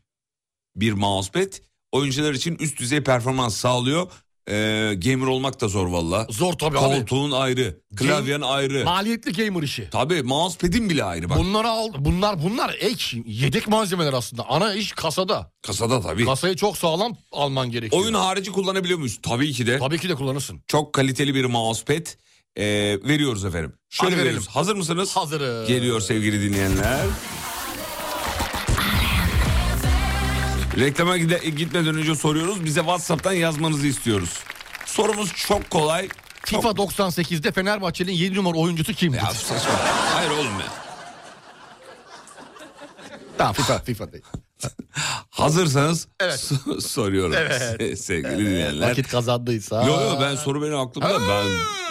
Speaker 9: bir mousepad. Oyuncular için üst düzey performans sağlıyor. Ee, gamer olmak da zor valla.
Speaker 6: Zor tabii abi.
Speaker 9: Koltuğun ayrı, klavyen ayrı.
Speaker 6: Maliyetli gamer işi.
Speaker 9: Tabii mousepad'in bile ayrı bak.
Speaker 6: Bunları al, bunlar bunlar ek yedek malzemeler aslında. Ana iş kasada.
Speaker 9: Kasada tabii.
Speaker 6: Kasayı çok sağlam alman gerekiyor.
Speaker 9: Oyun harici kullanabiliyor muyuz? Tabii ki de.
Speaker 6: Tabii ki de kullanırsın.
Speaker 9: Çok kaliteli bir mousepad ee, veriyoruz efendim. Şöyle
Speaker 6: Hadi verelim.
Speaker 9: veriyoruz. Hazır mısınız?
Speaker 6: Hazırız.
Speaker 9: Geliyor sevgili dinleyenler. Reklama gide- gitmeden önce soruyoruz. Bize WhatsApp'tan yazmanızı istiyoruz. Sorumuz çok kolay.
Speaker 6: FIFA 98'de Fenerbahçe'nin 7 numara oyuncusu kimdi? Ya
Speaker 9: saçma. Hayır oğlum ya.
Speaker 6: [laughs] Tamam FIFA, FIFA değil.
Speaker 9: [laughs] Hazırsanız
Speaker 6: Evet.
Speaker 9: so- [laughs] soruyorum.
Speaker 6: Evet.
Speaker 9: [laughs] sevgili dinleyenler.
Speaker 6: Vakit kazandıysa.
Speaker 9: Yok yok ben soru benim aklımda. Ben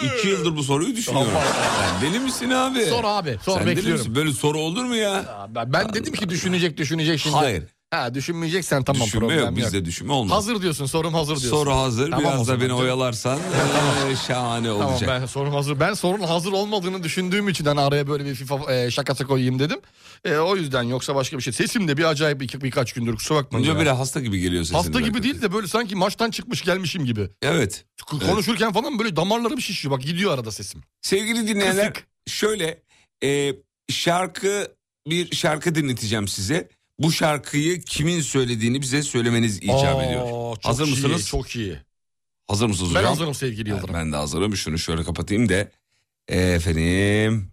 Speaker 9: iki yıldır bu soruyu düşünüyorum. Sen deli misin abi?
Speaker 6: Sor abi, sor,
Speaker 9: Sen
Speaker 6: bekliyorum.
Speaker 9: deli misin? Böyle soru olur mu ya?
Speaker 6: Ben, ben dedim ki düşünecek düşünecek şimdi.
Speaker 9: Hayır.
Speaker 6: Ha düşünmeyeceksen tamam
Speaker 9: Düşünme
Speaker 6: problem
Speaker 9: yok, bizde düşünme olmaz.
Speaker 6: Hazır diyorsun sorum hazır diyorsun.
Speaker 9: Soru hazır.
Speaker 6: Tamam o
Speaker 9: Biraz da
Speaker 6: zaman
Speaker 9: beni
Speaker 6: canım.
Speaker 9: oyalarsan eee, şahane
Speaker 6: [laughs] Tamam
Speaker 9: olacak.
Speaker 6: ben sorun hazır. Ben sorun hazır olmadığını düşündüğüm için hani araya böyle bir FIFA e, şakası koyayım dedim. E, o yüzden yoksa başka bir şey. Sesim de bir acayip iki, birkaç gündür kusura bakmayın.
Speaker 9: Önce
Speaker 6: ya.
Speaker 9: böyle hasta gibi geliyor sesin.
Speaker 6: Hasta gibi değil de böyle sanki maçtan çıkmış gelmişim gibi.
Speaker 9: Evet.
Speaker 6: K- Konuşurken falan böyle damarlarım şişiyor. Bak gidiyor arada sesim.
Speaker 9: Sevgili dinleyenler şöyle e, şarkı bir şarkı dinleteceğim size. Bu şarkıyı kimin söylediğini bize söylemeniz icap
Speaker 6: Aa,
Speaker 9: ediyor.
Speaker 6: çok
Speaker 9: Hazır
Speaker 6: iyi,
Speaker 9: mısınız?
Speaker 6: Çok iyi.
Speaker 9: Hazır mısınız
Speaker 6: Ben
Speaker 9: hocam?
Speaker 6: hazırım sevgili Yıldırım.
Speaker 9: Ben de hazırım. Şunu şöyle kapatayım da. Efendim.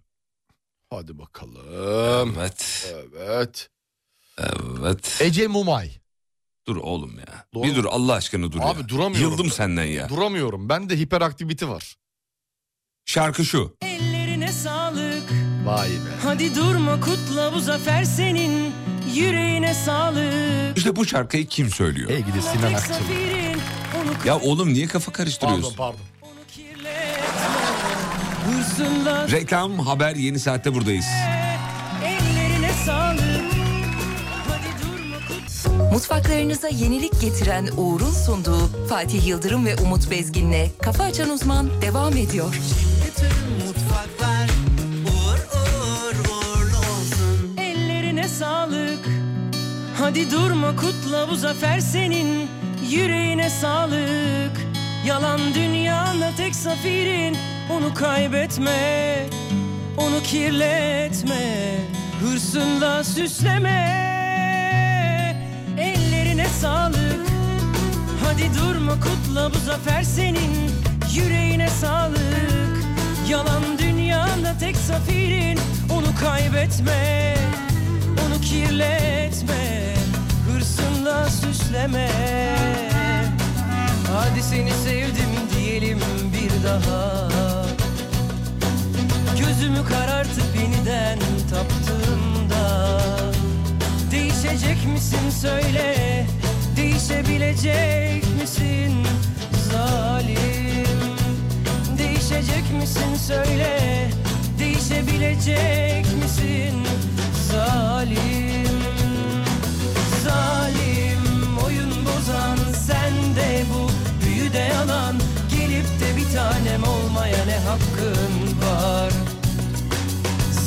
Speaker 6: Hadi bakalım.
Speaker 9: Evet.
Speaker 6: Evet.
Speaker 9: Evet.
Speaker 6: Ece Mumay.
Speaker 9: Dur oğlum ya.
Speaker 6: Doğru.
Speaker 9: Bir dur Allah aşkına dur
Speaker 6: Abi
Speaker 9: ya.
Speaker 6: duramıyorum.
Speaker 9: Yıldım senden ya.
Speaker 6: Duramıyorum. Bende hiperaktivite var.
Speaker 9: Şarkı şu.
Speaker 15: Ellerine sağlık
Speaker 6: Vay be.
Speaker 15: Hadi durma kutla bu zafer senin Yüreğine sağlık
Speaker 9: İşte bu şarkıyı kim söylüyor?
Speaker 6: Ey gidi
Speaker 15: Tek zaferin onu
Speaker 9: Ya oğlum niye kafa karıştırıyorsun?
Speaker 6: pardon.
Speaker 15: Hırsınla
Speaker 9: Reklam haber yeni saatte buradayız.
Speaker 15: ellerine sağlık
Speaker 3: Mutfaklarınıza yenilik getiren Uğur'un sunduğu Fatih Yıldırım ve Umut Bezgin'le Kafa Açan Uzman devam ediyor.
Speaker 14: Mutfaklar uğur uğur uğurlu olsun.
Speaker 15: Ellerine sağlık Hadi durma kutla bu zafer senin Yüreğine sağlık Yalan dünyanda tek zaferin Onu kaybetme Onu kirletme Hırsınla süsleme Ellerine sağlık Hadi durma kutla bu zafer senin Yüreğine sağlık Yalan dünyanda tek zaferin Onu kaybetme Onu kirletme Hırsınla süsleme Hadi seni sevdim diyelim bir daha Gözümü karartıp yeniden taptığımda Değişecek misin söyle Değişebilecek misin zalim Değişecek misin söyle Değişebilecek misin zalim Zalim oyun bozan sen de bu büyü de yalan Gelip de bir tanem olmaya ne hakkın var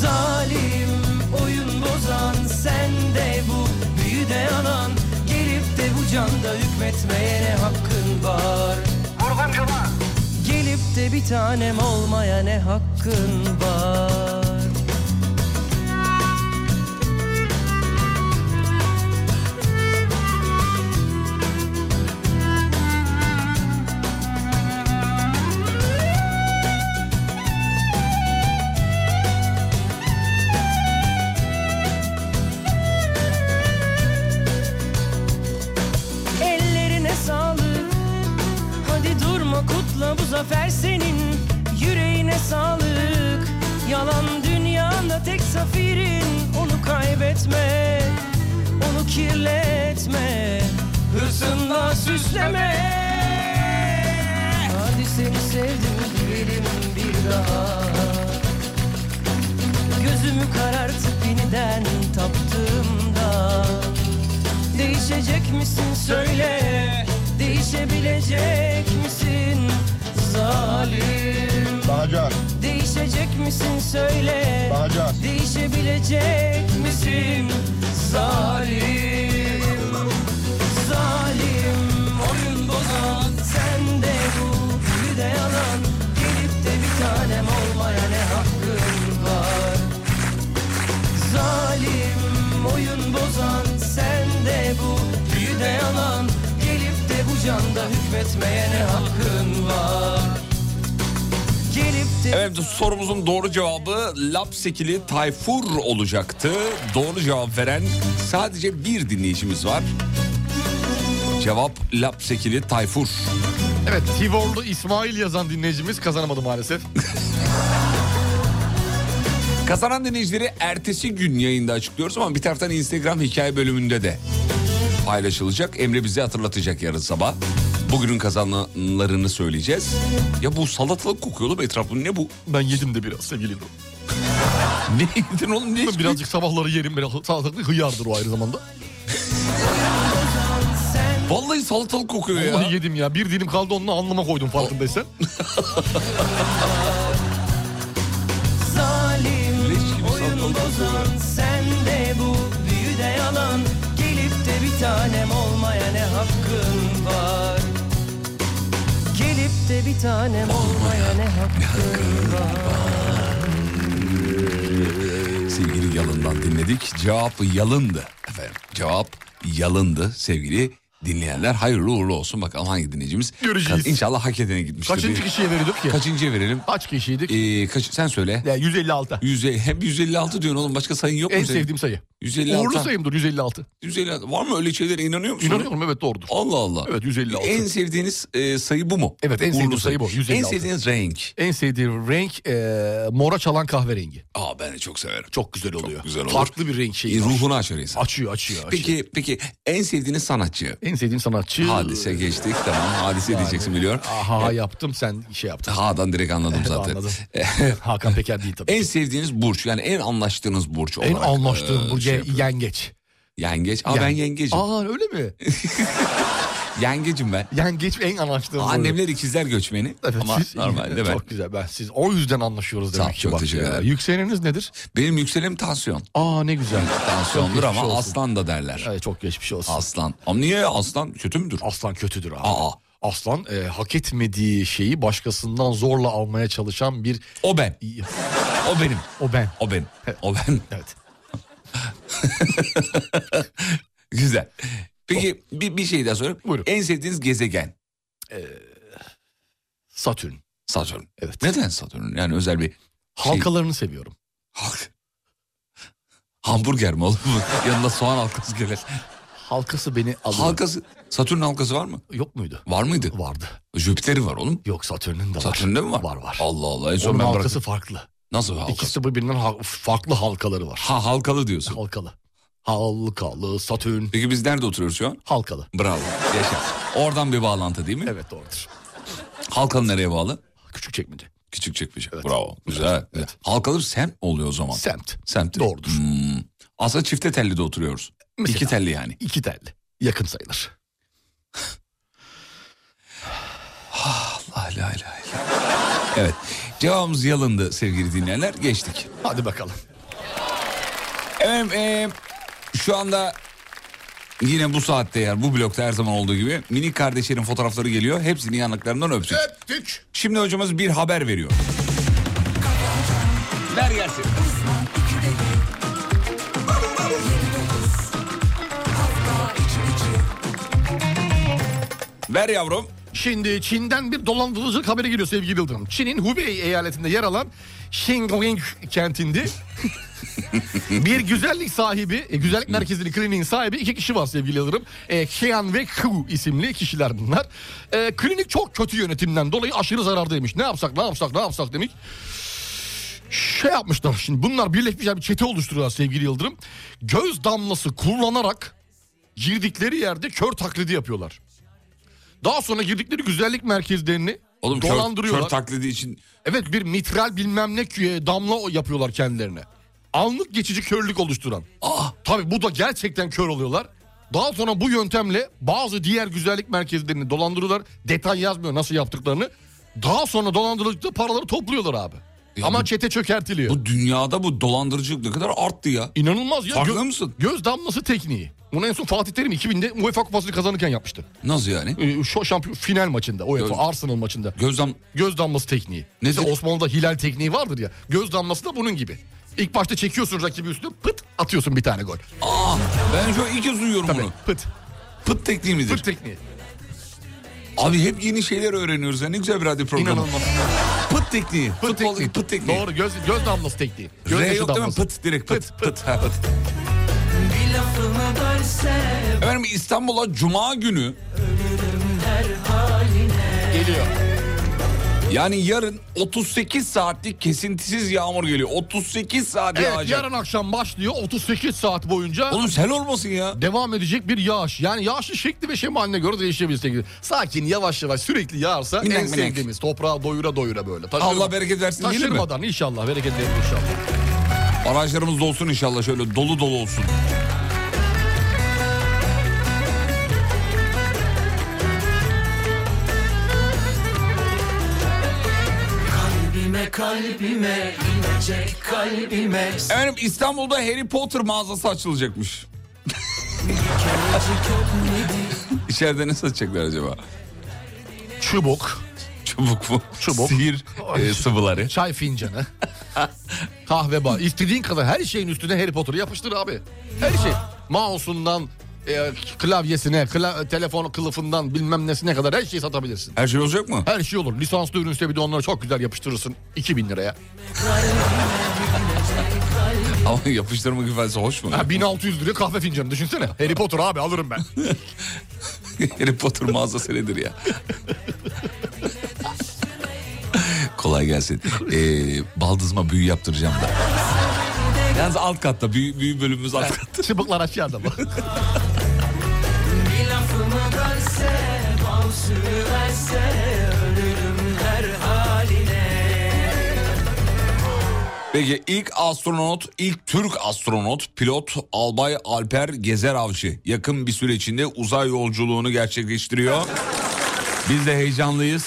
Speaker 15: Zalim oyun bozan sen de bu büyü de yalan Gelip de bu canda hükmetmeye ne hakkın var Vurguncular Gelip de bir tanem olmaya ne hakkın var Ellerine sağlık Hadi durma kutla bu zafer senin Yüreğine sağlık Yalan dünyanda tek safirin Onu kaybetme Onu kirletme Hırsınla süsleme Hadi seni sevdim diyelim bir daha Gözümü karartıp yeniden taptığımda Değişecek misin söyle Değişebilecek misin zalim
Speaker 7: Bağcar.
Speaker 15: Değişecek misin söyle
Speaker 7: Bağcar.
Speaker 15: Değişebilecek misin zalim Zalim oyun bozan Sen de bu büyü de yalan Gelip de bir tanem olmaya ne hakkın var Zalim oyun bozan sen de bu büyü de yalan Gelip de bu canda hükmetmeye ne hakkın var Gelip de
Speaker 9: Evet sorumuzun doğru cevabı Lapsekili Tayfur olacaktı. Doğru cevap veren sadece bir dinleyicimiz var. Cevap Lapsekili Tayfur.
Speaker 6: Evet Tivorlu İsmail yazan dinleyicimiz kazanamadı maalesef.
Speaker 9: Kazanan dinleyicileri ertesi gün yayında açıklıyoruz ama bir taraftan Instagram hikaye bölümünde de paylaşılacak. Emre bize hatırlatacak yarın sabah. Bugünün kazananlarını söyleyeceğiz. Ya bu salatalık kokuyor oğlum etrafın ne bu?
Speaker 6: Ben yedim de biraz sevgili İlhan.
Speaker 9: [laughs] ne yedin oğlum? Ne
Speaker 6: Birazcık sabahları yerim. Biraz salatalıklı hıyardır o ayrı zamanda.
Speaker 9: [laughs] Vallahi salatalık kokuyor
Speaker 6: ya. Vallahi yedim ya. Bir dilim kaldı onunla alnıma koydum farkındaysan.
Speaker 15: zalim oyun bozan Sen de bu büyü de yalan Gelip de bir tanem olmaya ne hakkın var Gelip de bir tanem olmaya ne hakkın var
Speaker 9: Sevgili Yalın'dan dinledik. Cevap Yalın'dı efendim. Cevap Yalın'dı sevgili dinleyenler. Hayırlı uğurlu olsun. Bakalım hangi dinleyicimiz?
Speaker 6: Göreceğiz.
Speaker 9: Ka- İnşallah hak edene gitmiştir.
Speaker 6: Kaçıncı kişiye veriyorduk ya?
Speaker 9: Kaçıncıya verelim?
Speaker 6: Kaç kişiydik?
Speaker 9: Ee, kaç, sen söyle.
Speaker 6: [laughs] Ya 156.
Speaker 9: 100, hem 156 diyorsun oğlum başka sayın yok mu
Speaker 6: en
Speaker 9: senin?
Speaker 6: sevdiğim sayı.
Speaker 9: 156.
Speaker 6: Uğurlu sayımdır 156.
Speaker 9: 156. Var mı öyle şeylere inanıyor musun?
Speaker 6: İnanıyorum evet doğrudur.
Speaker 9: Allah Allah.
Speaker 6: Evet 156.
Speaker 9: En sevdiğiniz e, sayı bu mu?
Speaker 6: Evet en
Speaker 9: Uğurlu
Speaker 6: sevdiğim sayı bu. 156.
Speaker 9: En sevdiğiniz renk.
Speaker 6: En sevdiğim renk e, mora çalan kahverengi.
Speaker 9: Aa ben de çok severim.
Speaker 6: Çok güzel oluyor.
Speaker 9: güzel olur.
Speaker 6: Farklı bir renk şeyi.
Speaker 9: E,
Speaker 6: var.
Speaker 9: ruhunu açar insan.
Speaker 6: Açıyor açıyor. açıyor.
Speaker 9: Peki peki en sevdiğiniz sanatçı?
Speaker 6: En sevdiğim sanatçı.
Speaker 9: Hadise geçtik tamam hadise diyeceksin biliyorum.
Speaker 6: Aha yaptım sen şey yaptın.
Speaker 9: Ha'dan direkt anladım zaten. E,
Speaker 6: Anladım. Hakan Peker değil tabii.
Speaker 9: En sevdiğiniz burç yani en anlaştığınız burç
Speaker 6: En
Speaker 9: olarak.
Speaker 6: anlaştığım
Speaker 9: e,
Speaker 6: bu
Speaker 9: şey
Speaker 6: ye-
Speaker 9: yapıyorum.
Speaker 6: yengeç.
Speaker 9: yengeç. Aa
Speaker 6: Yen-
Speaker 9: ben yengecim.
Speaker 6: Aa öyle mi?
Speaker 9: [laughs] Yengecim ben.
Speaker 6: Yengeç en anlaştığım. bu.
Speaker 9: Annemler ikizler göçmeni
Speaker 6: Evet,
Speaker 9: ama
Speaker 6: siz-
Speaker 9: normal değil mi?
Speaker 6: Çok güzel. Ben siz o yüzden anlaşıyoruz
Speaker 9: Sağ ol,
Speaker 6: demek ki.
Speaker 9: çok
Speaker 6: bak
Speaker 9: teşekkür
Speaker 6: ya.
Speaker 9: ederim.
Speaker 6: Yükseleniniz nedir?
Speaker 9: Benim yükselenim tansiyon.
Speaker 6: Aa ne güzel. Çok
Speaker 9: Tansiyondur
Speaker 6: geçmiş
Speaker 9: ama
Speaker 6: olsun.
Speaker 9: aslan da derler.
Speaker 6: Evet, çok geçmiş olsun.
Speaker 9: Aslan. Ama niye aslan kötü müdür?
Speaker 6: Aslan kötüdür abi. Aslan e, hak etmediği şeyi başkasından zorla almaya çalışan bir...
Speaker 9: O ben. O benim.
Speaker 6: O ben.
Speaker 9: O benim. O ben.
Speaker 6: Evet.
Speaker 9: Güzel. Peki
Speaker 6: Oh.
Speaker 9: bir, bir şey daha sorayım. En sevdiğiniz gezegen?
Speaker 6: Ee, Satürn.
Speaker 9: Satürn. Evet. Neden Satürn? Yani özel bir şey-
Speaker 6: Halkalarını seviyorum.
Speaker 9: Hamburger mi oğlum? bu? [laughs] Yanında soğan halkası gelir.
Speaker 6: Halkası beni alıyor.
Speaker 9: Halkası. Satürn halkası var mı?
Speaker 6: Yok muydu?
Speaker 9: Var mıydı?
Speaker 6: Vardı.
Speaker 9: Jüpiter'in var oğlum.
Speaker 6: Yok Satürn'ün de var.
Speaker 9: Satürn'de mi var?
Speaker 6: Var var.
Speaker 9: Allah Allah. En son
Speaker 6: Onun
Speaker 9: ben
Speaker 6: halkası
Speaker 9: bıraktım.
Speaker 6: farklı.
Speaker 9: Nasıl bir halka?
Speaker 6: İkisi birbirinden ha- farklı halkaları var.
Speaker 9: Ha halkalı diyorsun.
Speaker 6: Halkalı. Halkalı, Satürn.
Speaker 9: Peki biz nerede oturuyoruz şu an?
Speaker 6: Halkalı.
Speaker 9: Bravo. Yaşa. Oradan bir bağlantı değil mi?
Speaker 6: Evet doğrudur.
Speaker 9: Halkalı nereye bağlı?
Speaker 6: Küçük çekmece.
Speaker 9: Küçük çekmece. Bravo. Güzel. Halkalı semt oluyor o zaman.
Speaker 6: Semt.
Speaker 9: Semt.
Speaker 6: Doğrudur.
Speaker 9: Hmm. Aslında çifte telli de oturuyoruz.
Speaker 6: Mesela.
Speaker 9: İki telli yani.
Speaker 6: İki telli. Yakın sayılır.
Speaker 9: Allah Ah, la la la. Evet. Cevabımız yalındı sevgili dinleyenler. Geçtik.
Speaker 6: Hadi bakalım.
Speaker 9: Efendim e, şu anda yine bu saatte yani bu blokta her zaman olduğu gibi minik kardeşlerin fotoğrafları geliyor. Hepsini yanaklarından öptük.
Speaker 6: Öptük.
Speaker 9: Şimdi hocamız bir haber veriyor. Ver gelsin. Ver yavrum.
Speaker 6: Şimdi Çin'den bir dolandırıcılık haberi geliyor sevgili Yıldırım. Çin'in Hubei eyaletinde yer alan Shenzhen kentinde [laughs] bir güzellik sahibi, e, güzellik merkezinin kliniğin sahibi iki kişi var sevgili Yıldırım. E, Qian ve Ku isimli kişiler bunlar. E, klinik çok kötü yönetimden dolayı aşırı zarardaymış. Ne yapsak, ne yapsak, ne yapsak demiş. Şey yapmışlar şimdi bunlar birleşmişler bir çete oluşturuyorlar sevgili Yıldırım. Göz damlası kullanarak girdikleri yerde kör taklidi yapıyorlar. Daha sonra girdikleri güzellik merkezlerini
Speaker 9: Oğlum kör-
Speaker 6: dolandırıyorlar.
Speaker 9: kör taklidi için
Speaker 6: Evet bir mitral bilmem ne kü- damla o- yapıyorlar kendilerine. Anlık geçici körlük oluşturan. Aa.
Speaker 9: Ah!
Speaker 6: Tabii bu da gerçekten kör oluyorlar. Daha sonra bu yöntemle bazı diğer güzellik merkezlerini dolandırıyorlar. Detay yazmıyor nasıl yaptıklarını. Daha sonra dolandırıcılıkta paraları topluyorlar abi. Ama çete çökertiliyor.
Speaker 9: Bu dünyada bu dolandırıcılık ne kadar arttı ya.
Speaker 6: İnanılmaz ya.
Speaker 9: Farkında
Speaker 6: Gö-
Speaker 9: mısın?
Speaker 6: Göz damlası tekniği. Bunu en son Fatih Terim 2000'de UEFA kupasını kazanırken yapmıştı.
Speaker 9: Nasıl yani?
Speaker 6: Ee, Şu şampiyon final maçında UEFA Arsenal maçında.
Speaker 9: Göz,
Speaker 6: göz damlası tekniği. İşte Osmanlı'da hilal tekniği vardır ya. Göz damlası da bunun gibi. İlk başta çekiyorsun rakibi üstüne pıt atıyorsun bir tane gol.
Speaker 9: Aa
Speaker 8: Ah!
Speaker 9: ben şu ilk kez duyuyorum bunu.
Speaker 6: Pıt.
Speaker 9: Pıt tekniği midir? Pıt
Speaker 6: tekniği.
Speaker 9: Abi hep yeni şeyler öğreniyoruz. ya. Ne güzel bir radyo programı.
Speaker 6: İnanılmaz.
Speaker 9: Pıt tekniği. Pıt tekniği. Pıt tekniği.
Speaker 6: Doğru göz, göz damlası tekniği. Göz
Speaker 9: R
Speaker 6: yaşı
Speaker 9: yok değil mi?
Speaker 6: damlası.
Speaker 9: Pıt direkt pıt. Pıt. Ha, pıt.
Speaker 15: Bir lafıma dönse
Speaker 9: Efendim İstanbul'a Cuma günü
Speaker 15: her haline
Speaker 6: Geliyor.
Speaker 9: yani yarın 38 saatlik kesintisiz yağmur geliyor. 38 saat
Speaker 6: Evet
Speaker 9: yağacak.
Speaker 6: yarın akşam başlıyor 38 saat boyunca.
Speaker 9: Oğlum sel olmasın ya.
Speaker 6: Devam edecek bir yağış. Yani yağışın şekli ve şemaline göre değişebilir. Sakin yavaş yavaş sürekli yağarsa
Speaker 9: Minak
Speaker 6: en
Speaker 9: minak.
Speaker 6: sevdiğimiz toprağa doyura doyura böyle.
Speaker 9: Allah bereket versin diyelim mi?
Speaker 6: Taşırmadan inşallah bereket verir inşallah.
Speaker 9: Araçlarımız dolsun inşallah şöyle dolu dolu olsun.
Speaker 15: Kalbime kalbime inecek kalbime
Speaker 9: Efendim İstanbul'da Harry Potter mağazası açılacakmış. İçeride ne satacaklar acaba?
Speaker 6: Çubuk.
Speaker 9: Çubuk mu?
Speaker 6: Çubuk.
Speaker 9: Sihir e, sıvıları. [laughs]
Speaker 6: Çay fincanı. Kahve bar. İstediğin kadar her şeyin üstüne Harry Potter'ı yapıştır abi. Her şey. Mouse'undan e, klavyesine, kla- telefon kılıfından bilmem nesine kadar her şeyi satabilirsin.
Speaker 9: Her şey olacak mı?
Speaker 6: Her şey olur. Lisanslı ürünse bir de onları çok güzel yapıştırırsın. 2000 liraya.
Speaker 9: [laughs] Ama yapıştırma ifadesi hoş
Speaker 6: [laughs]
Speaker 9: mu?
Speaker 6: Ha, 1600 liraya kahve fincanı düşünsene. Harry Potter abi
Speaker 9: [laughs]
Speaker 6: alırım ben.
Speaker 9: Harry Potter mağazası nedir ya? Kolay gelsin. Ee, baldızma büyü yaptıracağım da. Yalnız alt katta. Büyü, büyü bölümümüz alt katta.
Speaker 6: Çıbıklar aşağıda bak.
Speaker 15: Bir lafımı dönse Bal sürüverse Ölürüm her haline
Speaker 9: Peki ilk astronot, ilk Türk astronot, pilot Albay Alper Gezer Avcı yakın bir süre içinde uzay yolculuğunu gerçekleştiriyor. Biz de heyecanlıyız.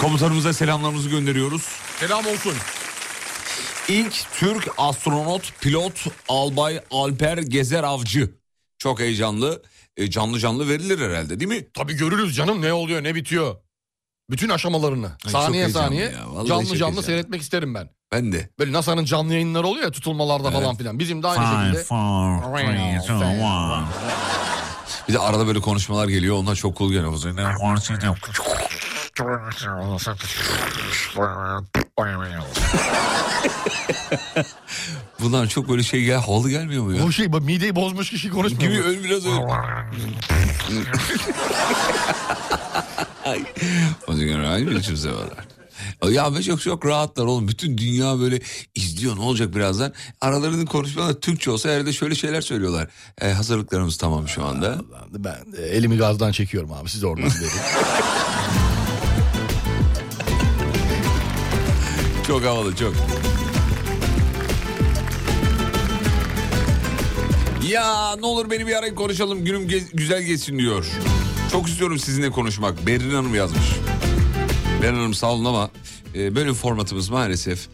Speaker 9: Komutanımıza selamlarımızı gönderiyoruz.
Speaker 6: Selam olsun.
Speaker 9: İlk Türk astronot, pilot Albay Alper Gezer Avcı. Çok heyecanlı. E, canlı canlı verilir herhalde değil mi?
Speaker 6: Tabii görürüz canım ne oluyor ne bitiyor. Bütün aşamalarını.
Speaker 9: çok
Speaker 6: saniye
Speaker 9: heyecanlı
Speaker 6: saniye
Speaker 9: ya, vallahi çok
Speaker 6: canlı canlı
Speaker 9: heyecanlı.
Speaker 6: seyretmek isterim ben.
Speaker 9: Ben de.
Speaker 6: Böyle NASA'nın canlı yayınları oluyor ya tutulmalarda
Speaker 9: Evet.
Speaker 6: falan filan. Bizim de aynı
Speaker 9: Fine,
Speaker 6: şekilde. [laughs]
Speaker 9: fine, fine, fine, fine. Bir de arada böyle konuşmalar geliyor. Onlar çok cool geliyor. Bunlar çok böyle şey gel havalı gelmiyor mu ya?
Speaker 6: Bu şey bak mideyi bozmuş kişi konuşmuyor.
Speaker 9: Gibi öyle biraz [laughs] öyle. O gün hangi biçim severler? Ya be çok çok rahatlar oğlum. Bütün dünya böyle izliyor ne olacak birazdan. Aralarının konuşmaları Türkçe olsa herhalde şöyle şeyler söylüyorlar. E, hazırlıklarımız tamam şu anda.
Speaker 6: Ben e, elimi gazdan çekiyorum abi siz
Speaker 9: [laughs]
Speaker 6: oradan verin.
Speaker 9: Çok havalı çok. Ya ne olur beni bir arayın konuşalım günüm ge- güzel geçsin diyor. Çok istiyorum sizinle konuşmak. Berrin Hanım yazmış. Berrin Hanım sağ olun ama e, böyle bir formatımız maalesef.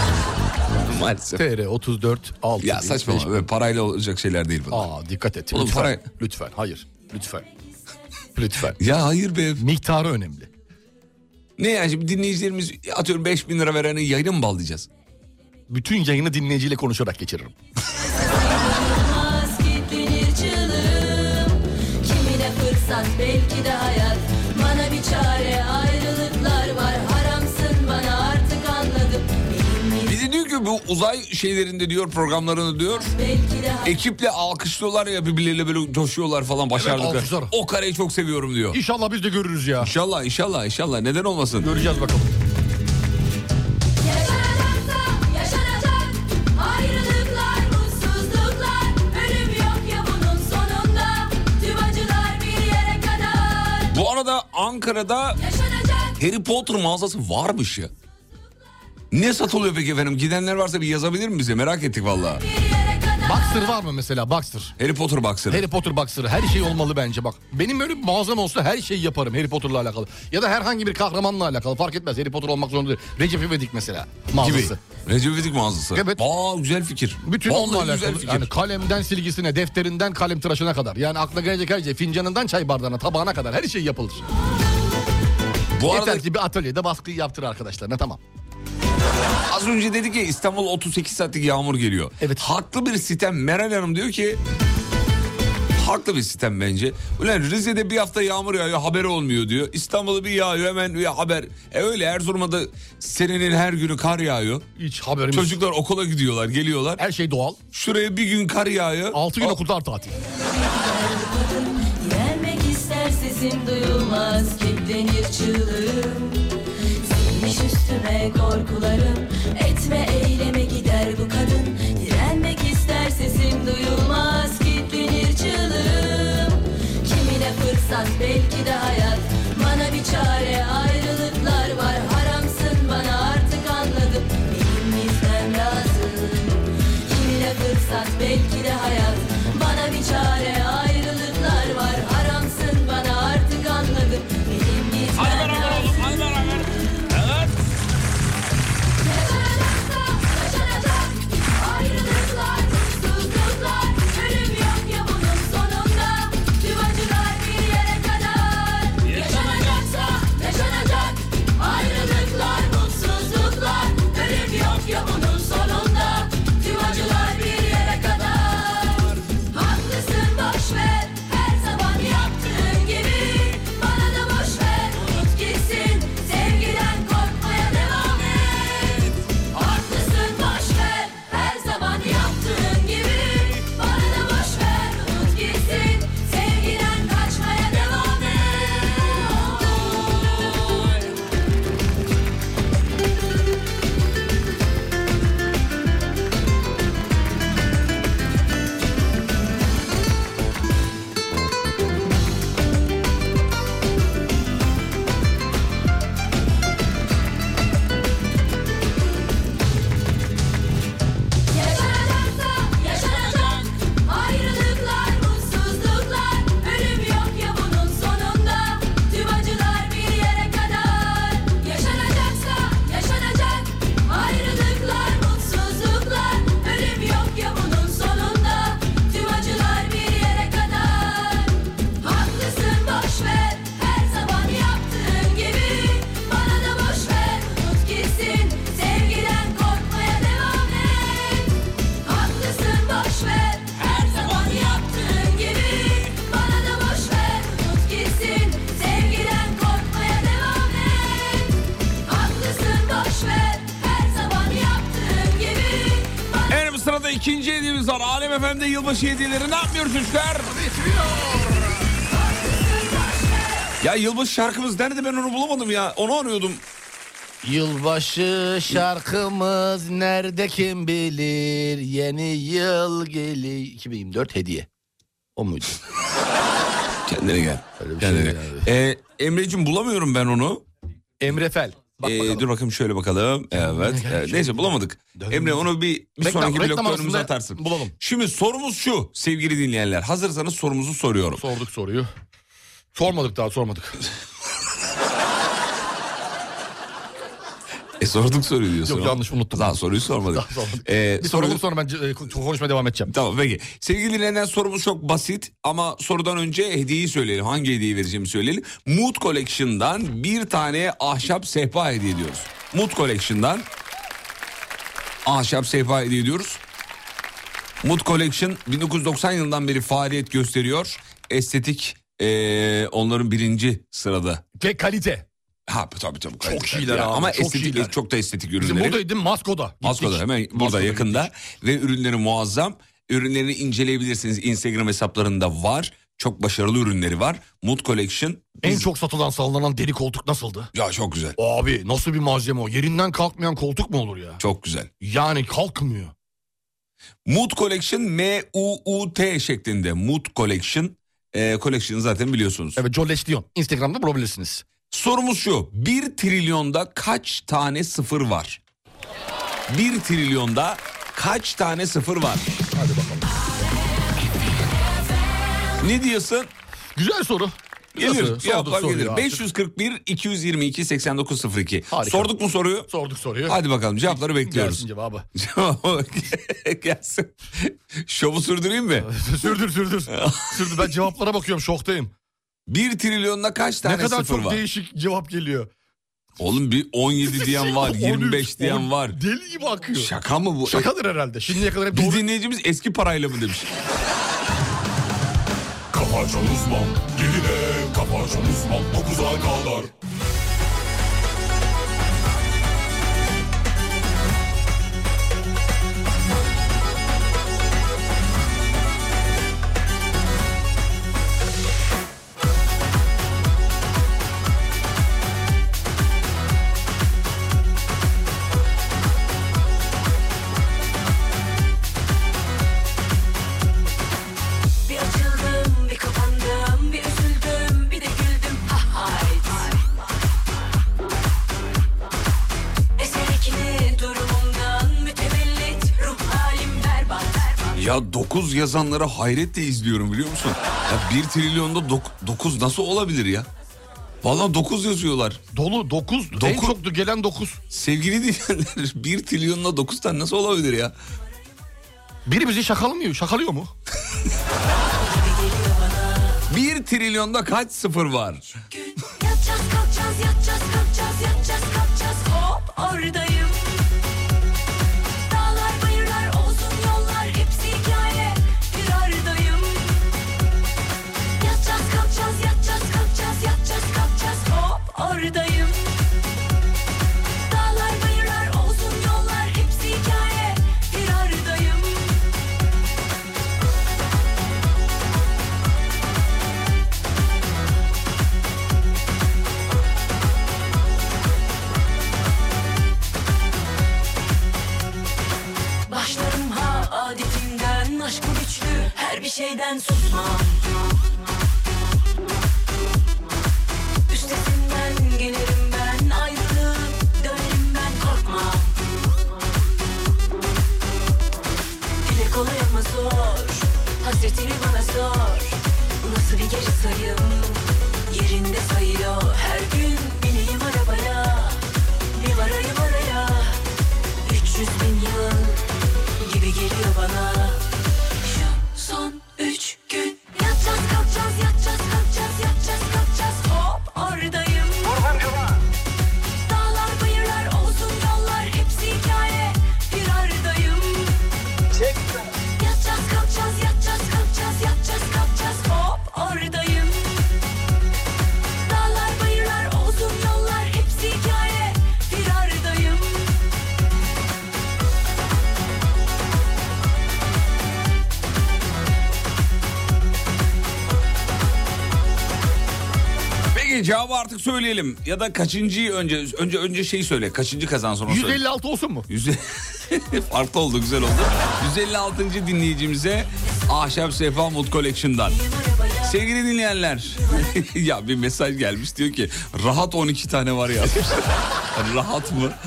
Speaker 9: [laughs] maalesef.
Speaker 6: TR 34 6.
Speaker 9: Ya saçmalama böyle parayla olacak şeyler değil bunlar.
Speaker 6: Aa dikkat et.
Speaker 9: Oğlum
Speaker 6: lütfen,
Speaker 9: para-
Speaker 6: lütfen hayır lütfen. Lütfen.
Speaker 9: Ya hayır be.
Speaker 6: Miktarı önemli.
Speaker 9: Ne yani şimdi dinleyicilerimiz atıyorum 5000 lira vereni yayına mı bağlayacağız?
Speaker 6: Bütün yayını dinleyiciyle konuşarak geçiririm.
Speaker 16: Olmaz kitlenir çığlığım Kimine fırsat belki de hayat Bana bir çare ayrılıklar var Haramsın bana artık anladım
Speaker 9: Bizi diyor ki bu uzay şeylerinde diyor programlarını diyor.
Speaker 16: Belki de
Speaker 9: Ekiple alkışlıyorlar ya birbirleriyle böyle coşuyorlar falan başardıklar.
Speaker 6: alkışlar.
Speaker 9: o kareyi çok seviyorum diyor.
Speaker 6: İnşallah biz de görürüz ya.
Speaker 9: İnşallah inşallah inşallah neden olmasın.
Speaker 6: Göreceğiz bakalım.
Speaker 16: Yaşanacaksa yaşanacak Ayrılıklar, mutsuzluklar Ölüm yok ya bunun sonunda Tüm acılar bir yere kadar
Speaker 9: Bu arada Ankara'da Harry Potter mağazası varmış ya. Ne satılıyor peki efendim? Gidenler varsa bir yazabilir mi bize? Merak ettik valla.
Speaker 6: Boxer var mı mesela Boxer?
Speaker 9: Harry Potter Boxer'ı.
Speaker 6: Harry Potter Boxer'ı her şey olmalı bence bak. Benim böyle bir mağazam olsa her şeyi yaparım Harry Potter'la alakalı. Ya da herhangi bir kahramanla alakalı fark etmez. Harry Potter olmak zorunda değil. Recep İvedik mesela mağazası.
Speaker 9: Gibi. Recep İvedik mağazası.
Speaker 6: Evet.
Speaker 9: Aa güzel fikir.
Speaker 6: Bütün
Speaker 9: Vallahi
Speaker 6: onunla alakalı.
Speaker 9: güzel fikir.
Speaker 6: Yani kalemden silgisine, defterinden kalem tıraşına kadar. Yani aklına gelecek her şey. Fincanından çay bardağına, tabağına kadar her şey yapılır.
Speaker 9: Bu
Speaker 6: Yeter
Speaker 9: arada-
Speaker 6: ki bir atölyede baskıyı yaptır arkadaşlarına tamam.
Speaker 9: Az önce dedi ki İstanbul 38 saatlik yağmur geliyor. Evet. Haklı bir sitem Meral Hanım diyor ki haklı bir sitem bence. Ulan Rize'de bir hafta yağmur yağıyor haberi olmuyor diyor. İstanbul'da bir yağıyor hemen bir haber. E öyle Erzurum'da da senenin her günü kar yağıyor.
Speaker 6: Hiç haberimiz
Speaker 9: Çocuklar okula gidiyorlar geliyorlar.
Speaker 6: Her şey doğal.
Speaker 9: Şuraya bir gün kar yağıyor. 6 gün
Speaker 6: okullar tatil.
Speaker 16: Gelmek ister sesim duyulmaz Kitlenir çığlığım Silmiş üstüme korkularım Etme eyleme gider bu kadın Direnmek ister sesim duyulmaz Kitlenir çığlığım Kimine fırsat belki de hayat Bana bir çare ayrılıklar var Haramsın bana artık anladım Benim izlem lazım Kimine fırsat belki de hayat Bana bir çare ayrılıklar var Haramsın bana artık anladım Benim gitmem Hadi beraber oğlum hadi beraber Evet Ayrılıklar, mutsuzluklar Ölüm yok ya bunun sonunda Tüm acılar bir yere kadar
Speaker 9: sırada ikinci hediyemiz var. Alem Efendi yılbaşı hediyeleri ne yapmıyoruz çocuklar? Ya yılbaşı şarkımız nerede ben onu bulamadım ya. Onu arıyordum.
Speaker 17: Yılbaşı şarkımız nerede kim bilir yeni yıl geli 2024 hediye. O muydu?
Speaker 9: Kendine gel. şey Kendine gel. Ee, Emre'cim bulamıyorum ben onu. Emre Fel. Ee, dur bakayım şöyle bakalım. Evet.
Speaker 17: gel,
Speaker 9: evet.
Speaker 17: şöyle
Speaker 9: Neyse bulamadık. Emre onu bir, bir
Speaker 17: Reklam-
Speaker 9: sonraki
Speaker 17: reklam
Speaker 9: blokta
Speaker 17: arasında
Speaker 9: önümüze atarsın.
Speaker 17: bulalım.
Speaker 9: Şimdi sorumuz şu sevgili dinleyenler. Hazırsanız sorumuzu soruyorum.
Speaker 6: [laughs] Sorduk soruyu. Sormadık daha sormadık.
Speaker 9: E sorduk soruyu diyorsun.
Speaker 6: Yok, yanlış
Speaker 9: unuttum. Daha soruyu sormadık.
Speaker 6: Daha sormadık.
Speaker 9: Ee,
Speaker 6: bir
Speaker 9: soru-
Speaker 6: soralım sonra ben e, konuşmaya devam edeceğim.
Speaker 9: Tamam peki. Sevgili dinleyenler sorumuz çok basit ama sorudan önce hediyeyi söyleyelim. Hangi hediyeyi vereceğimizi söyleyelim. Mood Collection'dan bir tane ahşap sehpa hediye ediyoruz. Mood Collection'dan ahşap sehpa hediye ediyoruz. Mood Collection 1990 yılından beri faaliyet gösteriyor. Estetik eee, onların birinci sırada.
Speaker 6: Ve kalite.
Speaker 9: Ha tabii tabii.
Speaker 6: Çok iyiler abi,
Speaker 9: Ama
Speaker 6: çok
Speaker 9: estetik,
Speaker 6: iyiler.
Speaker 9: çok da estetik
Speaker 6: Bizim
Speaker 9: ürünleri.
Speaker 6: buradaydı Masko'da. Gittik.
Speaker 9: Masko'da hemen burada
Speaker 6: Masko'da
Speaker 9: yakında ve ürünleri muazzam. Ürünlerini inceleyebilirsiniz. Instagram hesaplarında var. Çok başarılı ürünleri var. Mood Collection.
Speaker 6: En çok satılan sallanan deri koltuk nasıldı?
Speaker 9: Ya çok güzel.
Speaker 6: Abi nasıl bir malzeme o? Yerinden kalkmayan koltuk mu olur ya?
Speaker 9: Çok güzel.
Speaker 6: Yani kalkmıyor.
Speaker 9: Mood Collection M-U-U-T şeklinde. Mood Collection. E, collection zaten biliyorsunuz.
Speaker 6: Evet Joleş diyor. Instagram'da bulabilirsiniz.
Speaker 9: Sorumuz şu. 1 trilyonda kaç tane sıfır var? 1 trilyonda kaç tane sıfır var?
Speaker 6: Hadi bakalım.
Speaker 9: Ne diyorsun?
Speaker 6: Güzel soru. Güzel
Speaker 9: Gelir.
Speaker 6: soru. Sordu
Speaker 9: Cevaplar
Speaker 6: soruyu
Speaker 9: gelir.
Speaker 6: artık.
Speaker 9: 541 222 8902.
Speaker 6: Harika.
Speaker 9: Sorduk mu soruyu?
Speaker 6: Sorduk soruyu.
Speaker 9: Hadi bakalım cevapları bekliyoruz.
Speaker 6: Gelsin cevabı.
Speaker 9: Cevabı [laughs] gelsin. Şovu sürdüreyim mi?
Speaker 6: [laughs] sürdür sürdür. sürdür ben cevaplara bakıyorum şoktayım.
Speaker 9: 1 trilyonda kaç tane
Speaker 6: ne kadar
Speaker 9: sıfır
Speaker 6: çok
Speaker 9: var?
Speaker 6: değişik cevap geliyor.
Speaker 9: Oğlum bir 17 diyen
Speaker 6: [laughs]
Speaker 9: var,
Speaker 6: 13,
Speaker 9: 25 diyen
Speaker 6: on-
Speaker 9: var.
Speaker 6: Deli gibi akıyor.
Speaker 9: Şaka mı bu?
Speaker 6: Şakadır herhalde. Şimdiye kadar hep
Speaker 9: Bir dinleyicimiz eski parayla mı demiş?
Speaker 5: Kafacan uzman Geride kafacan uzman 9'a kadar
Speaker 16: Bir açıldım, bir kapandım, bir üzüldüm, bir de güldüm. Ha hayt. Eser ikili durumumdan mütevellit, ruh halim berbat.
Speaker 9: Ya 9 yazanlara hayretle izliyorum biliyor musun? Ya 1 trilyonda 9 nasıl olabilir ya? Valla 9 yazıyorlar.
Speaker 6: Dolu 9. En çok gelen 9.
Speaker 9: Sevgili [laughs] dinleyenler 1 trilyonla 9 tane nasıl olabilir ya?
Speaker 6: Biri bizi şakalamıyor.
Speaker 9: [laughs]
Speaker 6: Şakalıyor mu?
Speaker 9: 1 trilyonda kaç sıfır var?
Speaker 16: Yatacağız, kalkacağız, yatacağız, kalkacağız, yatacağız, kalkacağız. Hop oradayım. Dağlar, bayırlar, olsun yollar hepsi hikaye. Bir aradayım. Yatacağız, kalkacağız, yatacağız, kalkacağız, yatacağız, kalkacağız. Hop oradayım. Dağlar, bayırlar, olsun yollar hepsi hikaye. Bir aradayım. Başlarım ha adetinden Aşkı güçlü her bir şeyden susmam Üstesinden gelirim ben Ayrılıp dönerim ben korkmam Dile kolay ama zor Hasretini bana sor Nasıl bir geri sayım Yerinde sayıyor her gün Bineyim arabaya Bir varayım araya 300 bin yıl gibi geliyor bana Şu son üç gün Yatacağız
Speaker 9: cevabı artık söyleyelim. Ya da kaçıncıyı önce önce önce şeyi söyle. Kaçıncı kazansın onu söyle.
Speaker 6: 156 olsun mu?
Speaker 9: Yüz- [laughs] Farklı oldu güzel oldu. 156. dinleyicimize Ahşap Sefa Mut Collection'dan. Sevgili dinleyenler. [laughs] ya bir mesaj gelmiş diyor ki rahat 12 tane var yazmış. [laughs] rahat mı? [laughs]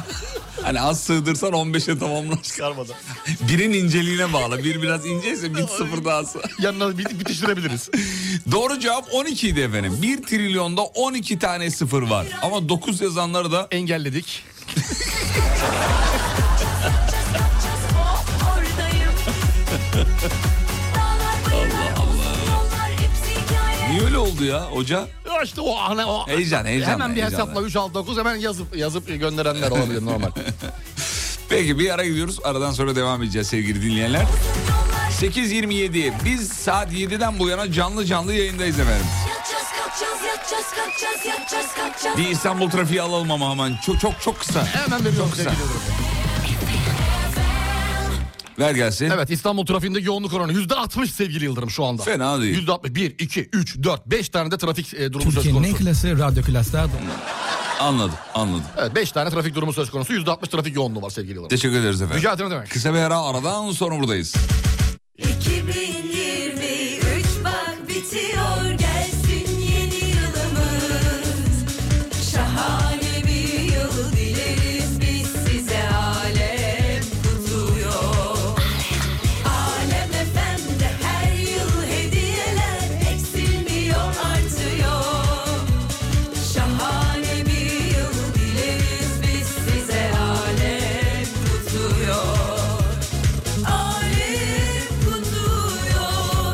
Speaker 9: Hani az sığdırsan 15'e tamamlar. [laughs] Çıkarmadan. Birin inceliğine bağlı. Bir biraz inceyse bir sıfır dahası.
Speaker 6: [laughs] Yanına bitiştirebiliriz.
Speaker 9: [laughs] Doğru cevap 12 idi efendim. 1 trilyonda 12 tane sıfır var. Ama 9 yazanları da...
Speaker 6: Engelledik.
Speaker 16: Oradayım
Speaker 9: Allah Allah.
Speaker 16: hepsi hikaye
Speaker 9: Niye öyle oldu ya hoca?
Speaker 6: Ya işte o ana o.
Speaker 9: Heyecan, heyecan,
Speaker 6: Hemen bir
Speaker 9: heyecan.
Speaker 6: hesapla 3 6 9 hemen yazıp yazıp gönderenler olabilir normal.
Speaker 9: [laughs] Peki bir ara gidiyoruz. Aradan sonra devam edeceğiz sevgili dinleyenler. 8.27 biz saat 7'den bu yana canlı canlı yayındayız efendim.
Speaker 16: Yatacağız kalkacağız yatacağız kalkacağız yatacağız kalkacağız
Speaker 9: Bir İstanbul trafiği alalım ama hemen. Çok çok çok kısa.
Speaker 6: Hemen veriyorum
Speaker 9: Çok kısa.
Speaker 6: sevgili Yıldırım.
Speaker 9: Ver gelsin.
Speaker 6: Evet İstanbul trafiğinde yoğunluk oranı %60 sevgili Yıldırım şu anda.
Speaker 9: Fena değil.
Speaker 6: %60. 1, 2, 3, 4, 5 tane de trafik e, durumu söz
Speaker 18: Türkiye'nin en
Speaker 6: konusu.
Speaker 18: klası radyo klasta.
Speaker 9: Anladım anladım.
Speaker 6: Evet 5 tane trafik durumu söz konusu. %60 trafik yoğunluğu var sevgili Yıldırım.
Speaker 9: Teşekkür ederiz efendim.
Speaker 6: Rica ederim ne demek.
Speaker 9: Kısa bir ara aradan sonra buradayız.
Speaker 16: 2023 bak bitiyor gelsin yeni yılımız Şahane bir yıl dileriz biz size alem kutluyor Alem FM'de her yıl hediyeler eksilmiyor artıyor Şahane bir yıl dileriz biz size alem kutluyor Alem kutluyor.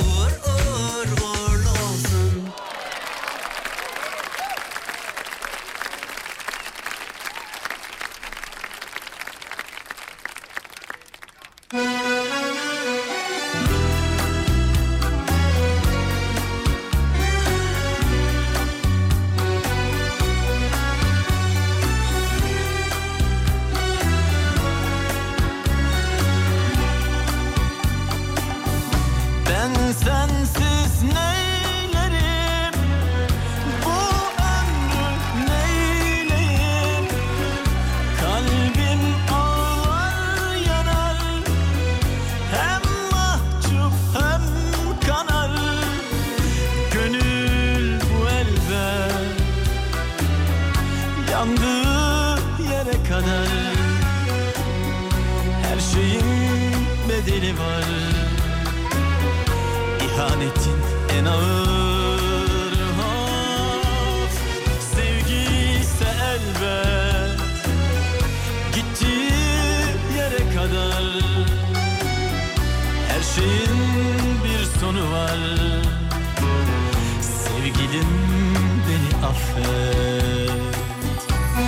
Speaker 19: uğur uğur uğurlu olsun.
Speaker 1: Ben sensiz neylerim Bu ömrü neyleyim Kalbim ağlar yanar Hem mahcup hem kanar Gönül bu elde Yandığı yere kadar Her şeyin bedeli var İhanetin en ağır of Sevgi ise elbet Gittiği yere kadar Her şeyin bir sonu var Sevgilim beni affet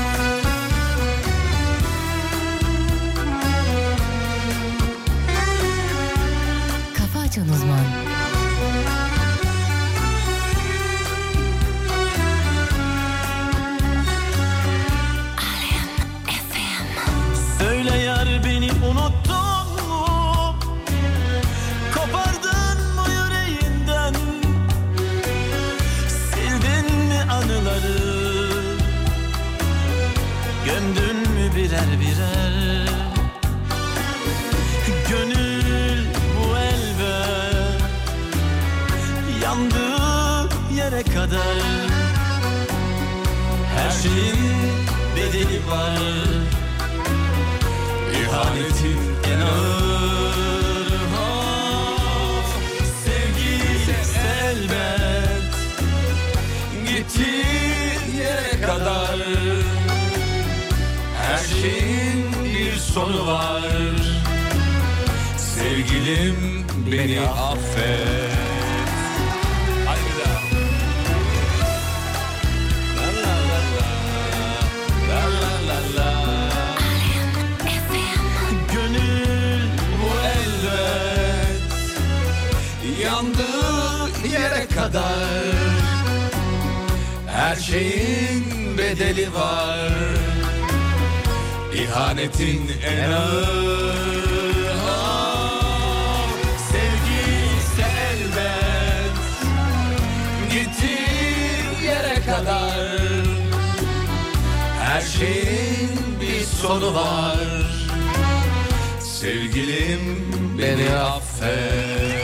Speaker 3: Kafa Açan Uzman
Speaker 1: Söyle yar beni unuttun mu? Kopardın mı yüreğinden? Sildin mi anıları? Gömdün mü birer birer? Gönül bu elbet Yandığı yere kadar Her şeyin bedeli var İhanetin en ağır haf Sevgi elbet Gittiği yere kadar Her şeyin bir sonu var Sevgilim beni affet Haydi bir daha. La la la la La la la la Gönül bu elbet Yandığı yere kadar Her şeyin bedeli var İhanetin en ağır ah, Sevgi ise elbet Gittiğin yere kadar Her şeyin bir sonu var Sevgilim beni affet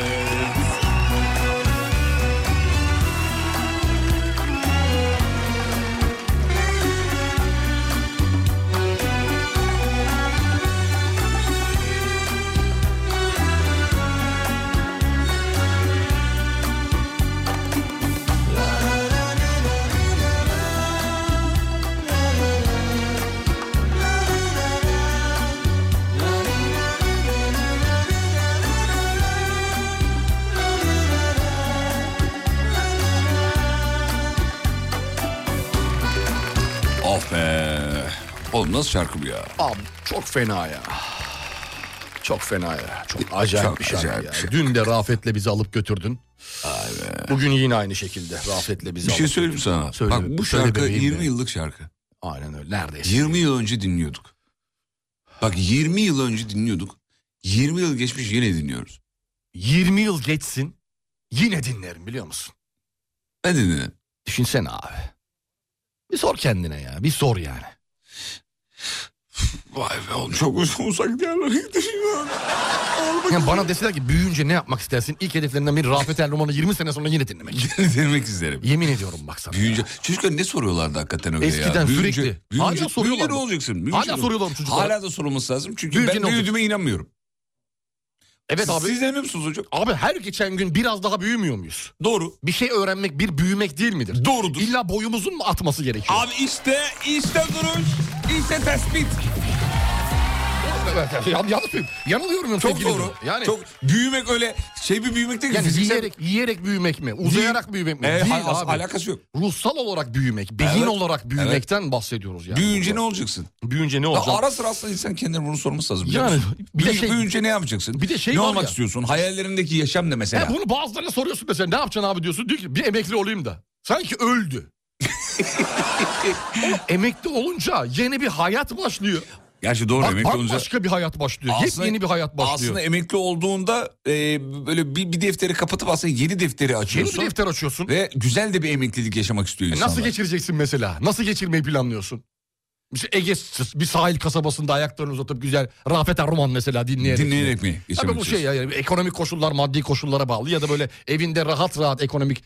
Speaker 9: Of Ah be. Oğlum nasıl şarkı bu ya?
Speaker 20: Abi çok fena ya. Çok fena ya. Çok acayip
Speaker 9: Çok
Speaker 20: bir şarkı
Speaker 9: acayip
Speaker 20: ya.
Speaker 9: bir şey. şarkı.
Speaker 20: Dün de Rafet'le bizi alıp götürdün. Bugün yine aynı şekilde Rafet'le bizi
Speaker 9: Bir şey
Speaker 20: alıp
Speaker 9: söyleyeyim mi
Speaker 20: götürdün.
Speaker 9: sana.
Speaker 20: Söyle,
Speaker 9: Bak bu
Speaker 20: söyle
Speaker 9: şarkı
Speaker 20: bebeğim
Speaker 9: 20
Speaker 20: de.
Speaker 9: yıllık şarkı.
Speaker 20: Aynen öyle. Neredeyse.
Speaker 9: 20 yıl önce dinliyorduk. Bak 20 yıl önce dinliyorduk. 20 yıl geçmiş yine dinliyoruz.
Speaker 6: 20 yıl geçsin yine dinlerim biliyor musun?
Speaker 9: Ben dinlerim.
Speaker 20: Düşünsene abi. Bir sor kendine ya. Bir sor yani.
Speaker 9: Vay be oğlum çok uzun uzak diyarlara gideceğim.
Speaker 6: Yani bana deseler ki büyüyünce ne yapmak istersin? İlk hedeflerinden biri Rafet Erdoğan'ı 20 sene sonra yine dinlemek.
Speaker 9: [laughs] Demek isterim.
Speaker 6: Yemin ediyorum bak sana.
Speaker 9: Büyüyünce çocuklar ne soruyorlardı hakikaten öyle ya?
Speaker 6: Eskiden
Speaker 9: Büyüyünce-
Speaker 6: sürekli.
Speaker 9: Büyüyünce,
Speaker 6: Hala
Speaker 9: büyüyünce
Speaker 6: soruyorlar
Speaker 9: ne
Speaker 6: mı?
Speaker 9: olacaksın?
Speaker 6: Hala
Speaker 9: ne-
Speaker 6: soruyorlar mı çocuklara?
Speaker 9: Hala da sorulması lazım çünkü
Speaker 6: Büyüyünce
Speaker 9: ben
Speaker 6: ne olacak?
Speaker 9: büyüdüğüme inanmıyorum.
Speaker 6: Evet abi.
Speaker 9: Siz inanıyor musunuz hocam?
Speaker 6: Abi her geçen gün biraz daha büyümüyor muyuz?
Speaker 9: Doğru.
Speaker 6: Bir şey öğrenmek bir büyümek değil midir?
Speaker 9: Doğrudur.
Speaker 6: İlla boyumuzun mu atması gerekiyor?
Speaker 9: Abi işte işte duruş işte tespit.
Speaker 6: Evet, evet, yan- yanlış mıyım? Yanılıyorum ya
Speaker 9: Çok
Speaker 6: sevgili
Speaker 9: doğru.
Speaker 6: dinleyici.
Speaker 9: Yani
Speaker 6: Yani
Speaker 9: çok büyümek öyle şey bir büyümek değil ki
Speaker 6: yani
Speaker 9: fiziksel.
Speaker 6: yiyerek, yiyerek büyümek mi? Uzayarak büyümek mi?
Speaker 9: Evet,
Speaker 6: değil
Speaker 9: al-
Speaker 6: abi.
Speaker 9: alakası yok.
Speaker 6: Ruhsal olarak büyümek, beyin
Speaker 9: Evet,
Speaker 6: olarak büyümekten bahsediyoruz yani.
Speaker 9: büyüyünce ne olacaksın?
Speaker 6: Büyüyünce ne
Speaker 9: Ya
Speaker 6: olacak?
Speaker 9: Ara sıra aslında insan kendine bunu sorması lazım. biliyor
Speaker 6: Yani
Speaker 9: musun?
Speaker 6: bir de
Speaker 9: Büyü-
Speaker 6: şey-
Speaker 9: büyüyünce ne yapacaksın?
Speaker 6: Bir de şey
Speaker 9: ne
Speaker 6: var
Speaker 9: olmak
Speaker 6: ya.
Speaker 9: istiyorsun? Hayallerindeki yaşam ne mesela?
Speaker 6: Ya bunu bazılarına soruyorsun mesela ne yapacaksın abi diyorsun. Diyor ki bir emekli olayım da. Sanki
Speaker 9: [laughs]
Speaker 6: öldü. Oğlum, emekli olunca yeni bir hayat başlıyor.
Speaker 9: Gerçi doğru
Speaker 6: Bak,
Speaker 9: emekli
Speaker 6: bambaşka
Speaker 9: olunca.
Speaker 6: bir hayat başlıyor. Yepyeni bir hayat başlıyor.
Speaker 9: Aslında emekli olduğunda e, böyle bir, bir defteri kapatıp aslında yeni defteri açıyorsun.
Speaker 6: Yeni bir defter açıyorsun.
Speaker 9: Ve güzel de bir emeklilik yaşamak istiyor
Speaker 6: E
Speaker 9: insanlar.
Speaker 6: Nasıl geçireceksin mesela? Nasıl geçirmeyi planlıyorsun? İşte Ege bir sahil kasabasında ayaklarını uzatıp güzel Rafet Erroman mesela dinleyerek.
Speaker 9: Dinleyerek mi
Speaker 6: Tabii
Speaker 9: yaşamak
Speaker 6: bu şey ya yani ekonomik koşullar maddi koşullara bağlı ya da böyle evinde rahat rahat ekonomik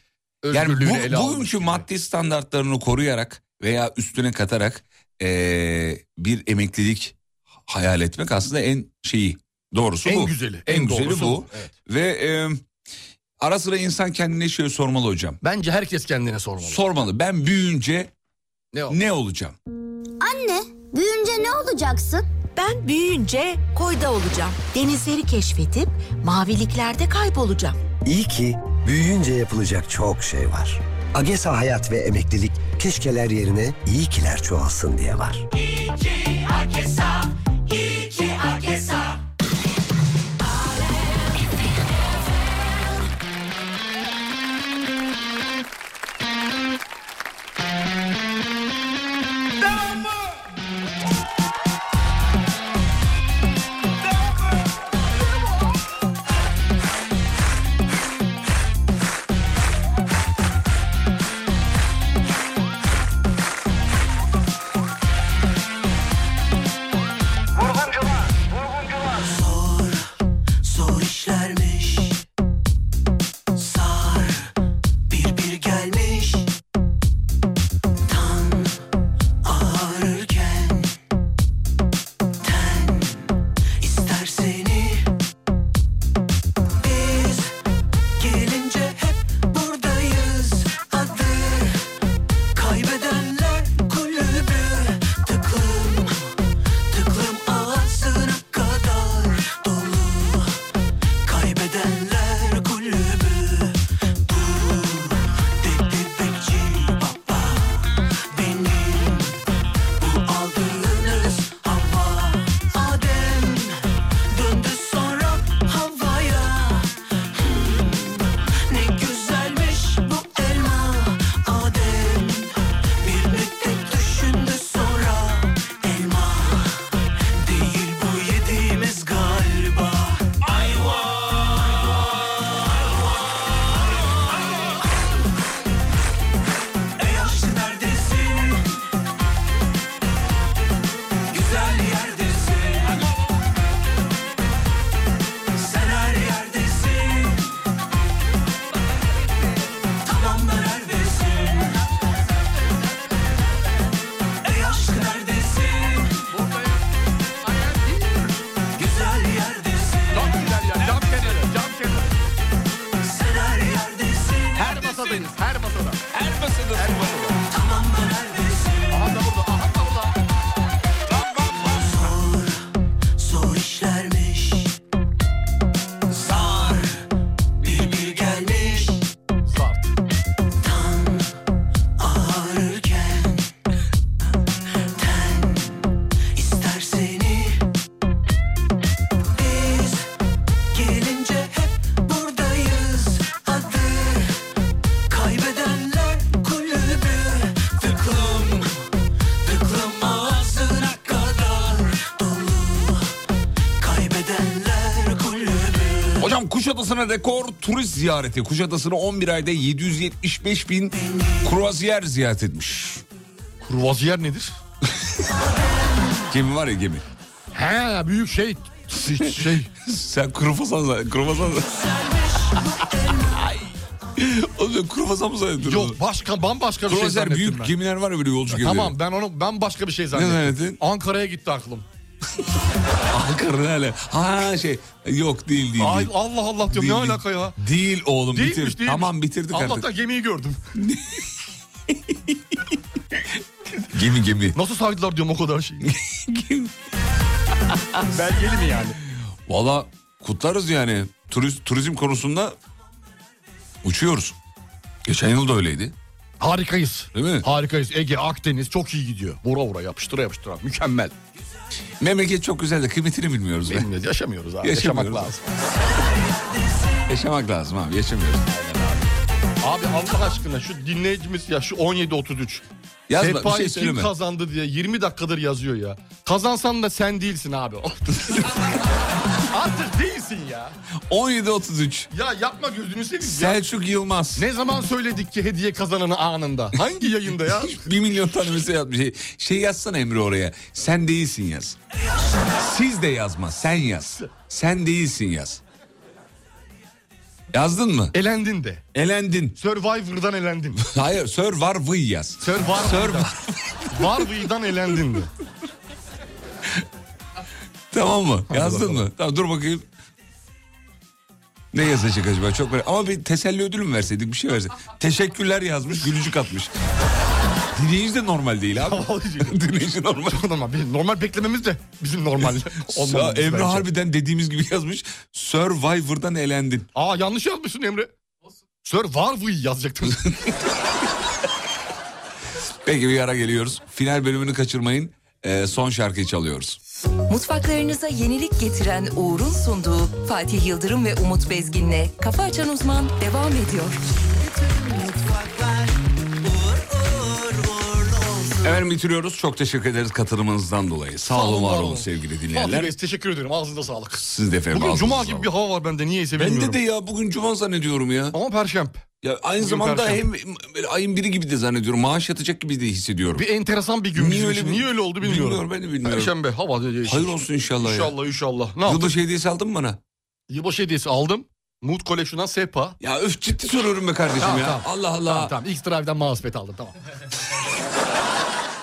Speaker 9: Yani
Speaker 6: özgürlüğünü ele
Speaker 9: bu,
Speaker 6: al.
Speaker 9: bugünkü maddi standartlarını koruyarak veya üstüne katarak e, bir emeklilik hayal etmek aslında en şeyi doğrusu
Speaker 6: En
Speaker 9: bu.
Speaker 6: güzeli,
Speaker 9: En,
Speaker 6: en
Speaker 9: güzeli
Speaker 6: doğrusu
Speaker 9: bu.
Speaker 6: bu, evet.
Speaker 9: Ve e, ara sıra insan kendine şey sormalı hocam.
Speaker 6: Bence herkes kendine sormalı.
Speaker 9: Sormalı. Ben büyüyünce
Speaker 6: ne,
Speaker 9: olacağım?
Speaker 16: Anne, büyüyünce ne olacaksın? Ben büyüyünce koyda olacağım. Denizleri keşfedip maviliklerde kaybolacağım.
Speaker 21: İyi ki büyüyünce yapılacak çok şey var. AGESA Hayat ve Emeklilik keşkeler yerine iyi kiler çoğalsın diye var.
Speaker 1: İki akesa, iki akesa. Hmm, E E
Speaker 9: Hocam Kuşadası'na rekor turist ziyareti. Kuşadası'nı 11 ayda 775 bin kruvaziyer ziyaret etmiş.
Speaker 6: Kruvaziyer nedir?
Speaker 9: [laughs] gemi var ya gemi.
Speaker 6: He büyük şey. şey.
Speaker 9: [laughs] Sen kruvasan zannediyorsun. Kruvasan Oğlum kruvasan mı zannediyorsun?
Speaker 6: Yok başka bambaşka bir şey
Speaker 9: Kruvaziyer
Speaker 6: zannettim
Speaker 9: büyük
Speaker 6: ben.
Speaker 9: gemiler var ya böyle yolcu
Speaker 6: Ya
Speaker 9: gemileri.
Speaker 6: Tamam ben onu ben başka bir şey zannettim.
Speaker 9: zannettin?
Speaker 6: Ankara'ya gitti aklım.
Speaker 9: Ankara ne ala- Ha şey yok değil değil.
Speaker 6: Ay,
Speaker 9: değil.
Speaker 6: Allah Allah diyorum ne
Speaker 9: Değil,
Speaker 6: alaka ya?
Speaker 9: Değil oğlum
Speaker 6: Değilmiş,
Speaker 9: bitir.
Speaker 6: değilmiş.
Speaker 9: Tamam bitirdik
Speaker 6: Allah'tan
Speaker 9: artık.
Speaker 6: gemiyi gördüm.
Speaker 9: Gemi gemi.
Speaker 6: Nasıl saydılar diyorum o
Speaker 9: [laughs]
Speaker 6: kadar şey. Belgeli mi yani?
Speaker 9: Valla kutlarız yani. Turizm, turizm konusunda uçuyoruz. Geçen yıl da öyleydi.
Speaker 6: [laughs] Harikayız.
Speaker 9: Değil mi?
Speaker 6: Harikayız. Ege, Akdeniz çok iyi gidiyor. Vura vura yapıştıra yapıştıra. Mükemmel.
Speaker 9: Memleket çok güzel de kıymetini bilmiyoruz.
Speaker 6: Bilmiyoruz, yaşamıyoruz abi.
Speaker 9: Yaşamıyoruz.
Speaker 6: Yaşamak lazım.
Speaker 9: Yaşamak lazım abi yaşamıyoruz.
Speaker 6: Abi Allah aşkına şu dinleyicimiz ya şu 1733.
Speaker 9: Yazma, bir
Speaker 6: Sehpa'yı
Speaker 9: şey
Speaker 6: kim
Speaker 9: söyleme.
Speaker 6: kazandı diye 20 dakikadır yazıyor ya. Kazansan da sen
Speaker 9: [laughs]
Speaker 6: değilsin abi. Artık değilsin ya.
Speaker 9: 17.33.
Speaker 6: Ya yapma gözünü seveyim. ya. [laughs]
Speaker 9: Selçuk Yılmaz.
Speaker 6: Ne zaman söyledik ki hediye kazananı anında? Hangi yayında ya?
Speaker 9: [laughs] Bir milyon tane mesaj yazmış. Şey, şey yazsana Emre oraya. Sen değilsin yaz. Siz de yazma. Sen yaz. Sen değilsin yaz. Yazdın mı?
Speaker 6: Elendin de.
Speaker 9: Elendin.
Speaker 6: Survivor'dan elendin.
Speaker 9: Hayır Survivor yaz.
Speaker 6: Survivor. Varvıyı'dan
Speaker 9: [laughs]
Speaker 6: elendin mi?
Speaker 9: Tamam mı? Yazdın mı? Tamam dur bakayım. Ne yazacak acaba? Çok merak. Ama bir teselli ödülü mü verseydik bir şey verseydik. Teşekkürler yazmış, gülücük atmış. Dinleyici de normal değil abi. Dinleyici normal.
Speaker 6: normal. Bizim normal beklememiz de bizim normal.
Speaker 9: Ya
Speaker 6: olmamamız
Speaker 9: Emre
Speaker 6: bence.
Speaker 9: harbiden dediğimiz gibi yazmış. Survivor'dan elendin.
Speaker 6: Aa yanlış yazmışsın Emre. Survivor'ı yazacaktın.
Speaker 9: [laughs] Peki bir ara geliyoruz. Final bölümünü kaçırmayın. Ee, son şarkıyı çalıyoruz.
Speaker 3: Mutfaklarınıza yenilik getiren Uğur'un sunduğu Fatih Yıldırım ve Umut Bezgin'le Kafa Açan Uzman devam ediyor.
Speaker 9: Efendim bitiriyoruz. Çok teşekkür ederiz katılımınızdan dolayı. Sağ olun, var olun sevgili
Speaker 6: Fatih
Speaker 9: dinleyenler.
Speaker 6: Bey teşekkür ederim. Ağzınıza sağlık.
Speaker 9: Siz de efendim
Speaker 6: Bugün
Speaker 9: ağzınıza
Speaker 6: cuma
Speaker 9: sağlık.
Speaker 6: gibi bir hava var bende niyeyse bilmiyorum.
Speaker 9: Bende de ya bugün cuma zannediyorum ya.
Speaker 6: Ama perşembe.
Speaker 9: Ya aynı
Speaker 6: Bugün
Speaker 9: zamanda
Speaker 6: Perşembe.
Speaker 9: hem böyle ayın biri gibi de zannediyorum. Maaş yatacak gibi de hissediyorum.
Speaker 6: Bir enteresan bir gün
Speaker 9: Niye
Speaker 6: niye
Speaker 9: öyle
Speaker 6: öyle,
Speaker 9: bir-
Speaker 6: niye öyle oldu bilmiyorum.
Speaker 9: Bilmiyorum, ben de bilmiyorum.
Speaker 6: Perşembe hava.
Speaker 9: Hayır olsun inşallah ya.
Speaker 6: İnşallah inşallah. Ne yaptın?
Speaker 9: Yılbaşı hediyesi aldın mı bana?
Speaker 6: Yılbaşı hediyesi aldım. Mood Collection'dan Sepa.
Speaker 9: Ya öf ciddi soruyorum be kardeşim ya. Allah Allah.
Speaker 6: Tamam tamam. X Drive'den mousepad aldım tamam.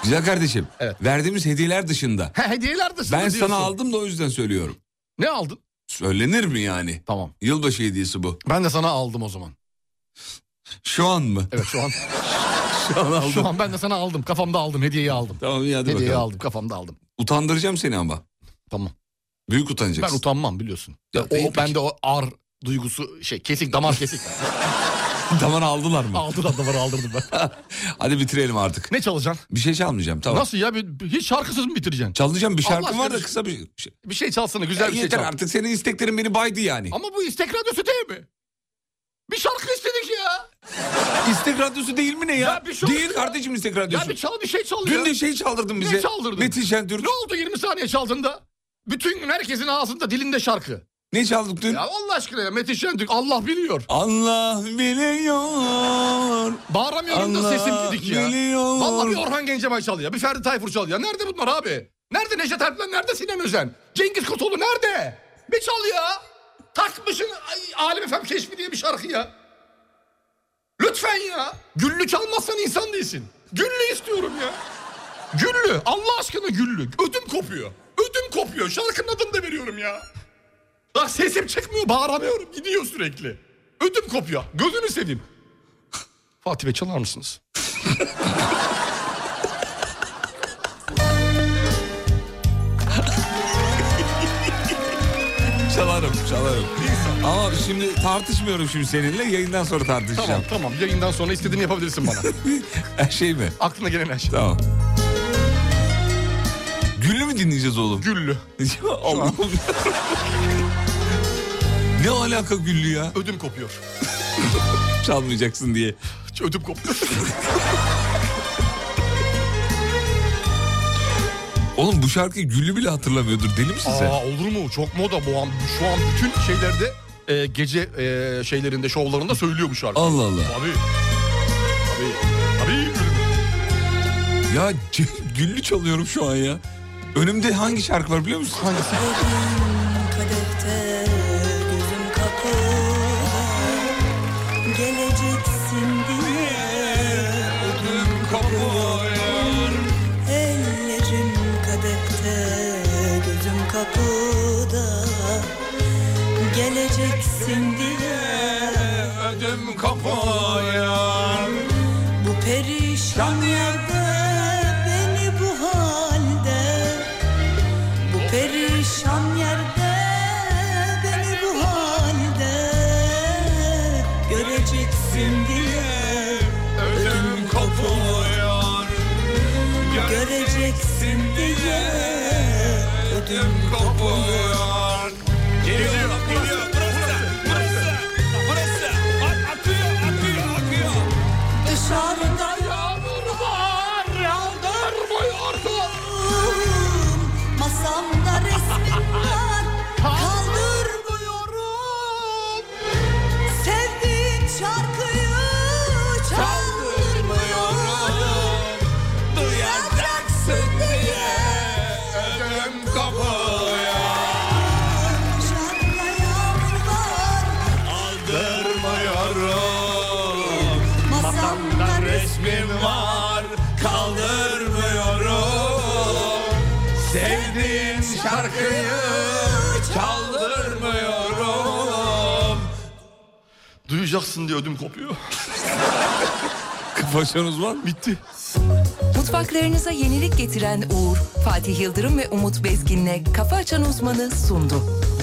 Speaker 9: Güzel kardeşim. Verdiğimiz hediyeler dışında.
Speaker 6: He, hediyeler de sana
Speaker 9: ben
Speaker 6: diyorsun.
Speaker 9: sana aldım da o yüzden söylüyorum.
Speaker 6: Ne aldın?
Speaker 9: Söylenir mi yani?
Speaker 6: Tamam.
Speaker 9: Yılbaşı hediyesi bu.
Speaker 6: Ben de sana aldım o zaman.
Speaker 9: Şu an mı?
Speaker 6: Evet şu an.
Speaker 9: [laughs] Şu an aldım.
Speaker 6: Şu an ben de sana aldım. Kafamda aldım. Hediyeyi aldım.
Speaker 9: Tamam iyi hadi
Speaker 6: hediyeyi
Speaker 9: bakalım.
Speaker 6: aldım. Kafamda aldım.
Speaker 9: Utandıracağım seni ama.
Speaker 6: Tamam.
Speaker 9: Büyük utanacaksın.
Speaker 6: Ben utanmam biliyorsun.
Speaker 9: Ya,
Speaker 6: o,
Speaker 9: peki.
Speaker 6: bende o ar duygusu şey kesik
Speaker 9: [laughs]
Speaker 6: damar kesik.
Speaker 9: Damarı aldılar mı?
Speaker 6: Aldılar damarı aldırdım ben.
Speaker 9: [laughs] Hadi bitirelim artık.
Speaker 6: ne çalacaksın?
Speaker 9: Bir şey çalmayacağım tamam.
Speaker 6: Nasıl ya? Bir- bir- Hiç şarkısız mı bitireceksin?
Speaker 9: Çalacağım bir
Speaker 6: Allah
Speaker 9: şarkım var
Speaker 6: aşkına
Speaker 9: da kısa bir şey.
Speaker 6: Bir şey çalsana güzel
Speaker 9: Ya
Speaker 6: bir şey
Speaker 9: yeter
Speaker 6: çal.
Speaker 9: artık senin isteklerin beni baydı yani.
Speaker 6: Ama bu istek radyosu değil mi? Bir şarkı istedik ya.
Speaker 9: İstek radyosu değil mi ne ya?
Speaker 6: bir şarkı
Speaker 9: değil
Speaker 6: ya.
Speaker 9: kardeşim istek radyosu.
Speaker 6: Ya bir çal bir şey çal
Speaker 9: Dün
Speaker 6: ya.
Speaker 9: de şey çaldırdın bize.
Speaker 6: Ne çaldırdın?
Speaker 9: Metin Şentürk.
Speaker 6: Ne oldu 20 saniye çaldığında? Bütün gün herkesin ağzında dilinde şarkı.
Speaker 9: Ne çaldık dün?
Speaker 6: Ya Allah aşkına ya Metin Şentürk Allah biliyor.
Speaker 9: Allah biliyor.
Speaker 6: Bağıramıyorum da
Speaker 9: Allah
Speaker 6: sesim gidik ya.
Speaker 9: biliyor.
Speaker 6: Vallahi bir Orhan Gencebay çal ya. Bir Ferdi Tayfur çal ya. Nerede bunlar abi? Nerede Neşet Erpler? Nerede Sinem Özen? Cengiz Kurtoğlu nerede? Bir çal ya. Takmışın ay, Alem Efem Keşfi diye bir şarkı ya. Lütfen ya. Güllü çalmazsan insan değilsin. Güllü istiyorum ya. Güllü. Allah aşkına güllü. Ödüm kopuyor. Ödüm kopuyor. Şarkının adını da veriyorum ya. Bak sesim çıkmıyor. Bağıramıyorum. Gidiyor sürekli. Ödüm kopuyor. Gözünü seveyim. [sighs] Fatih Bey çalar mısınız?
Speaker 9: Çalarım çalarım. Ama şimdi tartışmıyorum şimdi seninle yayından sonra tartışacağım.
Speaker 6: Tamam tamam yayından sonra istediğini yapabilirsin bana.
Speaker 9: [laughs] Her şey mi?
Speaker 6: Aklına gelen her şey.
Speaker 9: Tamam. Güllü mü dinleyeceğiz oğlum? [laughs]
Speaker 6: Güllü.
Speaker 9: Allah'ım. ne alaka güllü ya?
Speaker 6: Ödüm kopuyor.
Speaker 9: [laughs] Çalmayacaksın diye.
Speaker 6: Hiç ödüm kopuyor.
Speaker 9: Oğlum bu şarkıyı güllü bile hatırlamıyordur. Deli misin sen?
Speaker 6: Aa olur mu? Çok moda bu an. Şu an bütün şeylerde e, gece e, şeylerinde, şovlarında söylüyor bu şarkı.
Speaker 9: Allah Allah.
Speaker 6: Abi. Abi. Abi.
Speaker 9: Ya güllü çalıyorum şu an ya. Önümde hangi şarkı var biliyor musun? Hangisi?
Speaker 1: kadehte gözüm kapalı Geleceksin diye ödüm kapıyor Ellerim kadehte gözüm kapıda Geleceksin diye ödüm kapıyor Bu perişan yerde beni bu halde bu perişan yerde beni bu halde göreceksin diye ödüm kopuyor. Göreceksin diye ödüm kopuyor. Geliyor, geliyor. Dışarıda yağmur var, yağdırmıyorsun. Masamda resmin var, kaldırmıyorum. Sevdiğin şarkıyı çaldırmıyorum. Duyacaksın diye ödüm kopuyor. Dışarıda yağmur var,
Speaker 9: Kaldırmıyorum.
Speaker 1: Masamda
Speaker 9: resmim var. Kaldırmıyorum. Sevdiğin şarkıyı çaldırmıyorum.
Speaker 6: Duyacaksın diye ödüm [laughs] kopuyor.
Speaker 9: Kafaşanız var
Speaker 6: Bitti.
Speaker 3: Mutfaklarınıza yenilik getiren Uğur, Fatih Yıldırım ve Umut Bezgin'le Kafa Açan Uzman'ı sundu.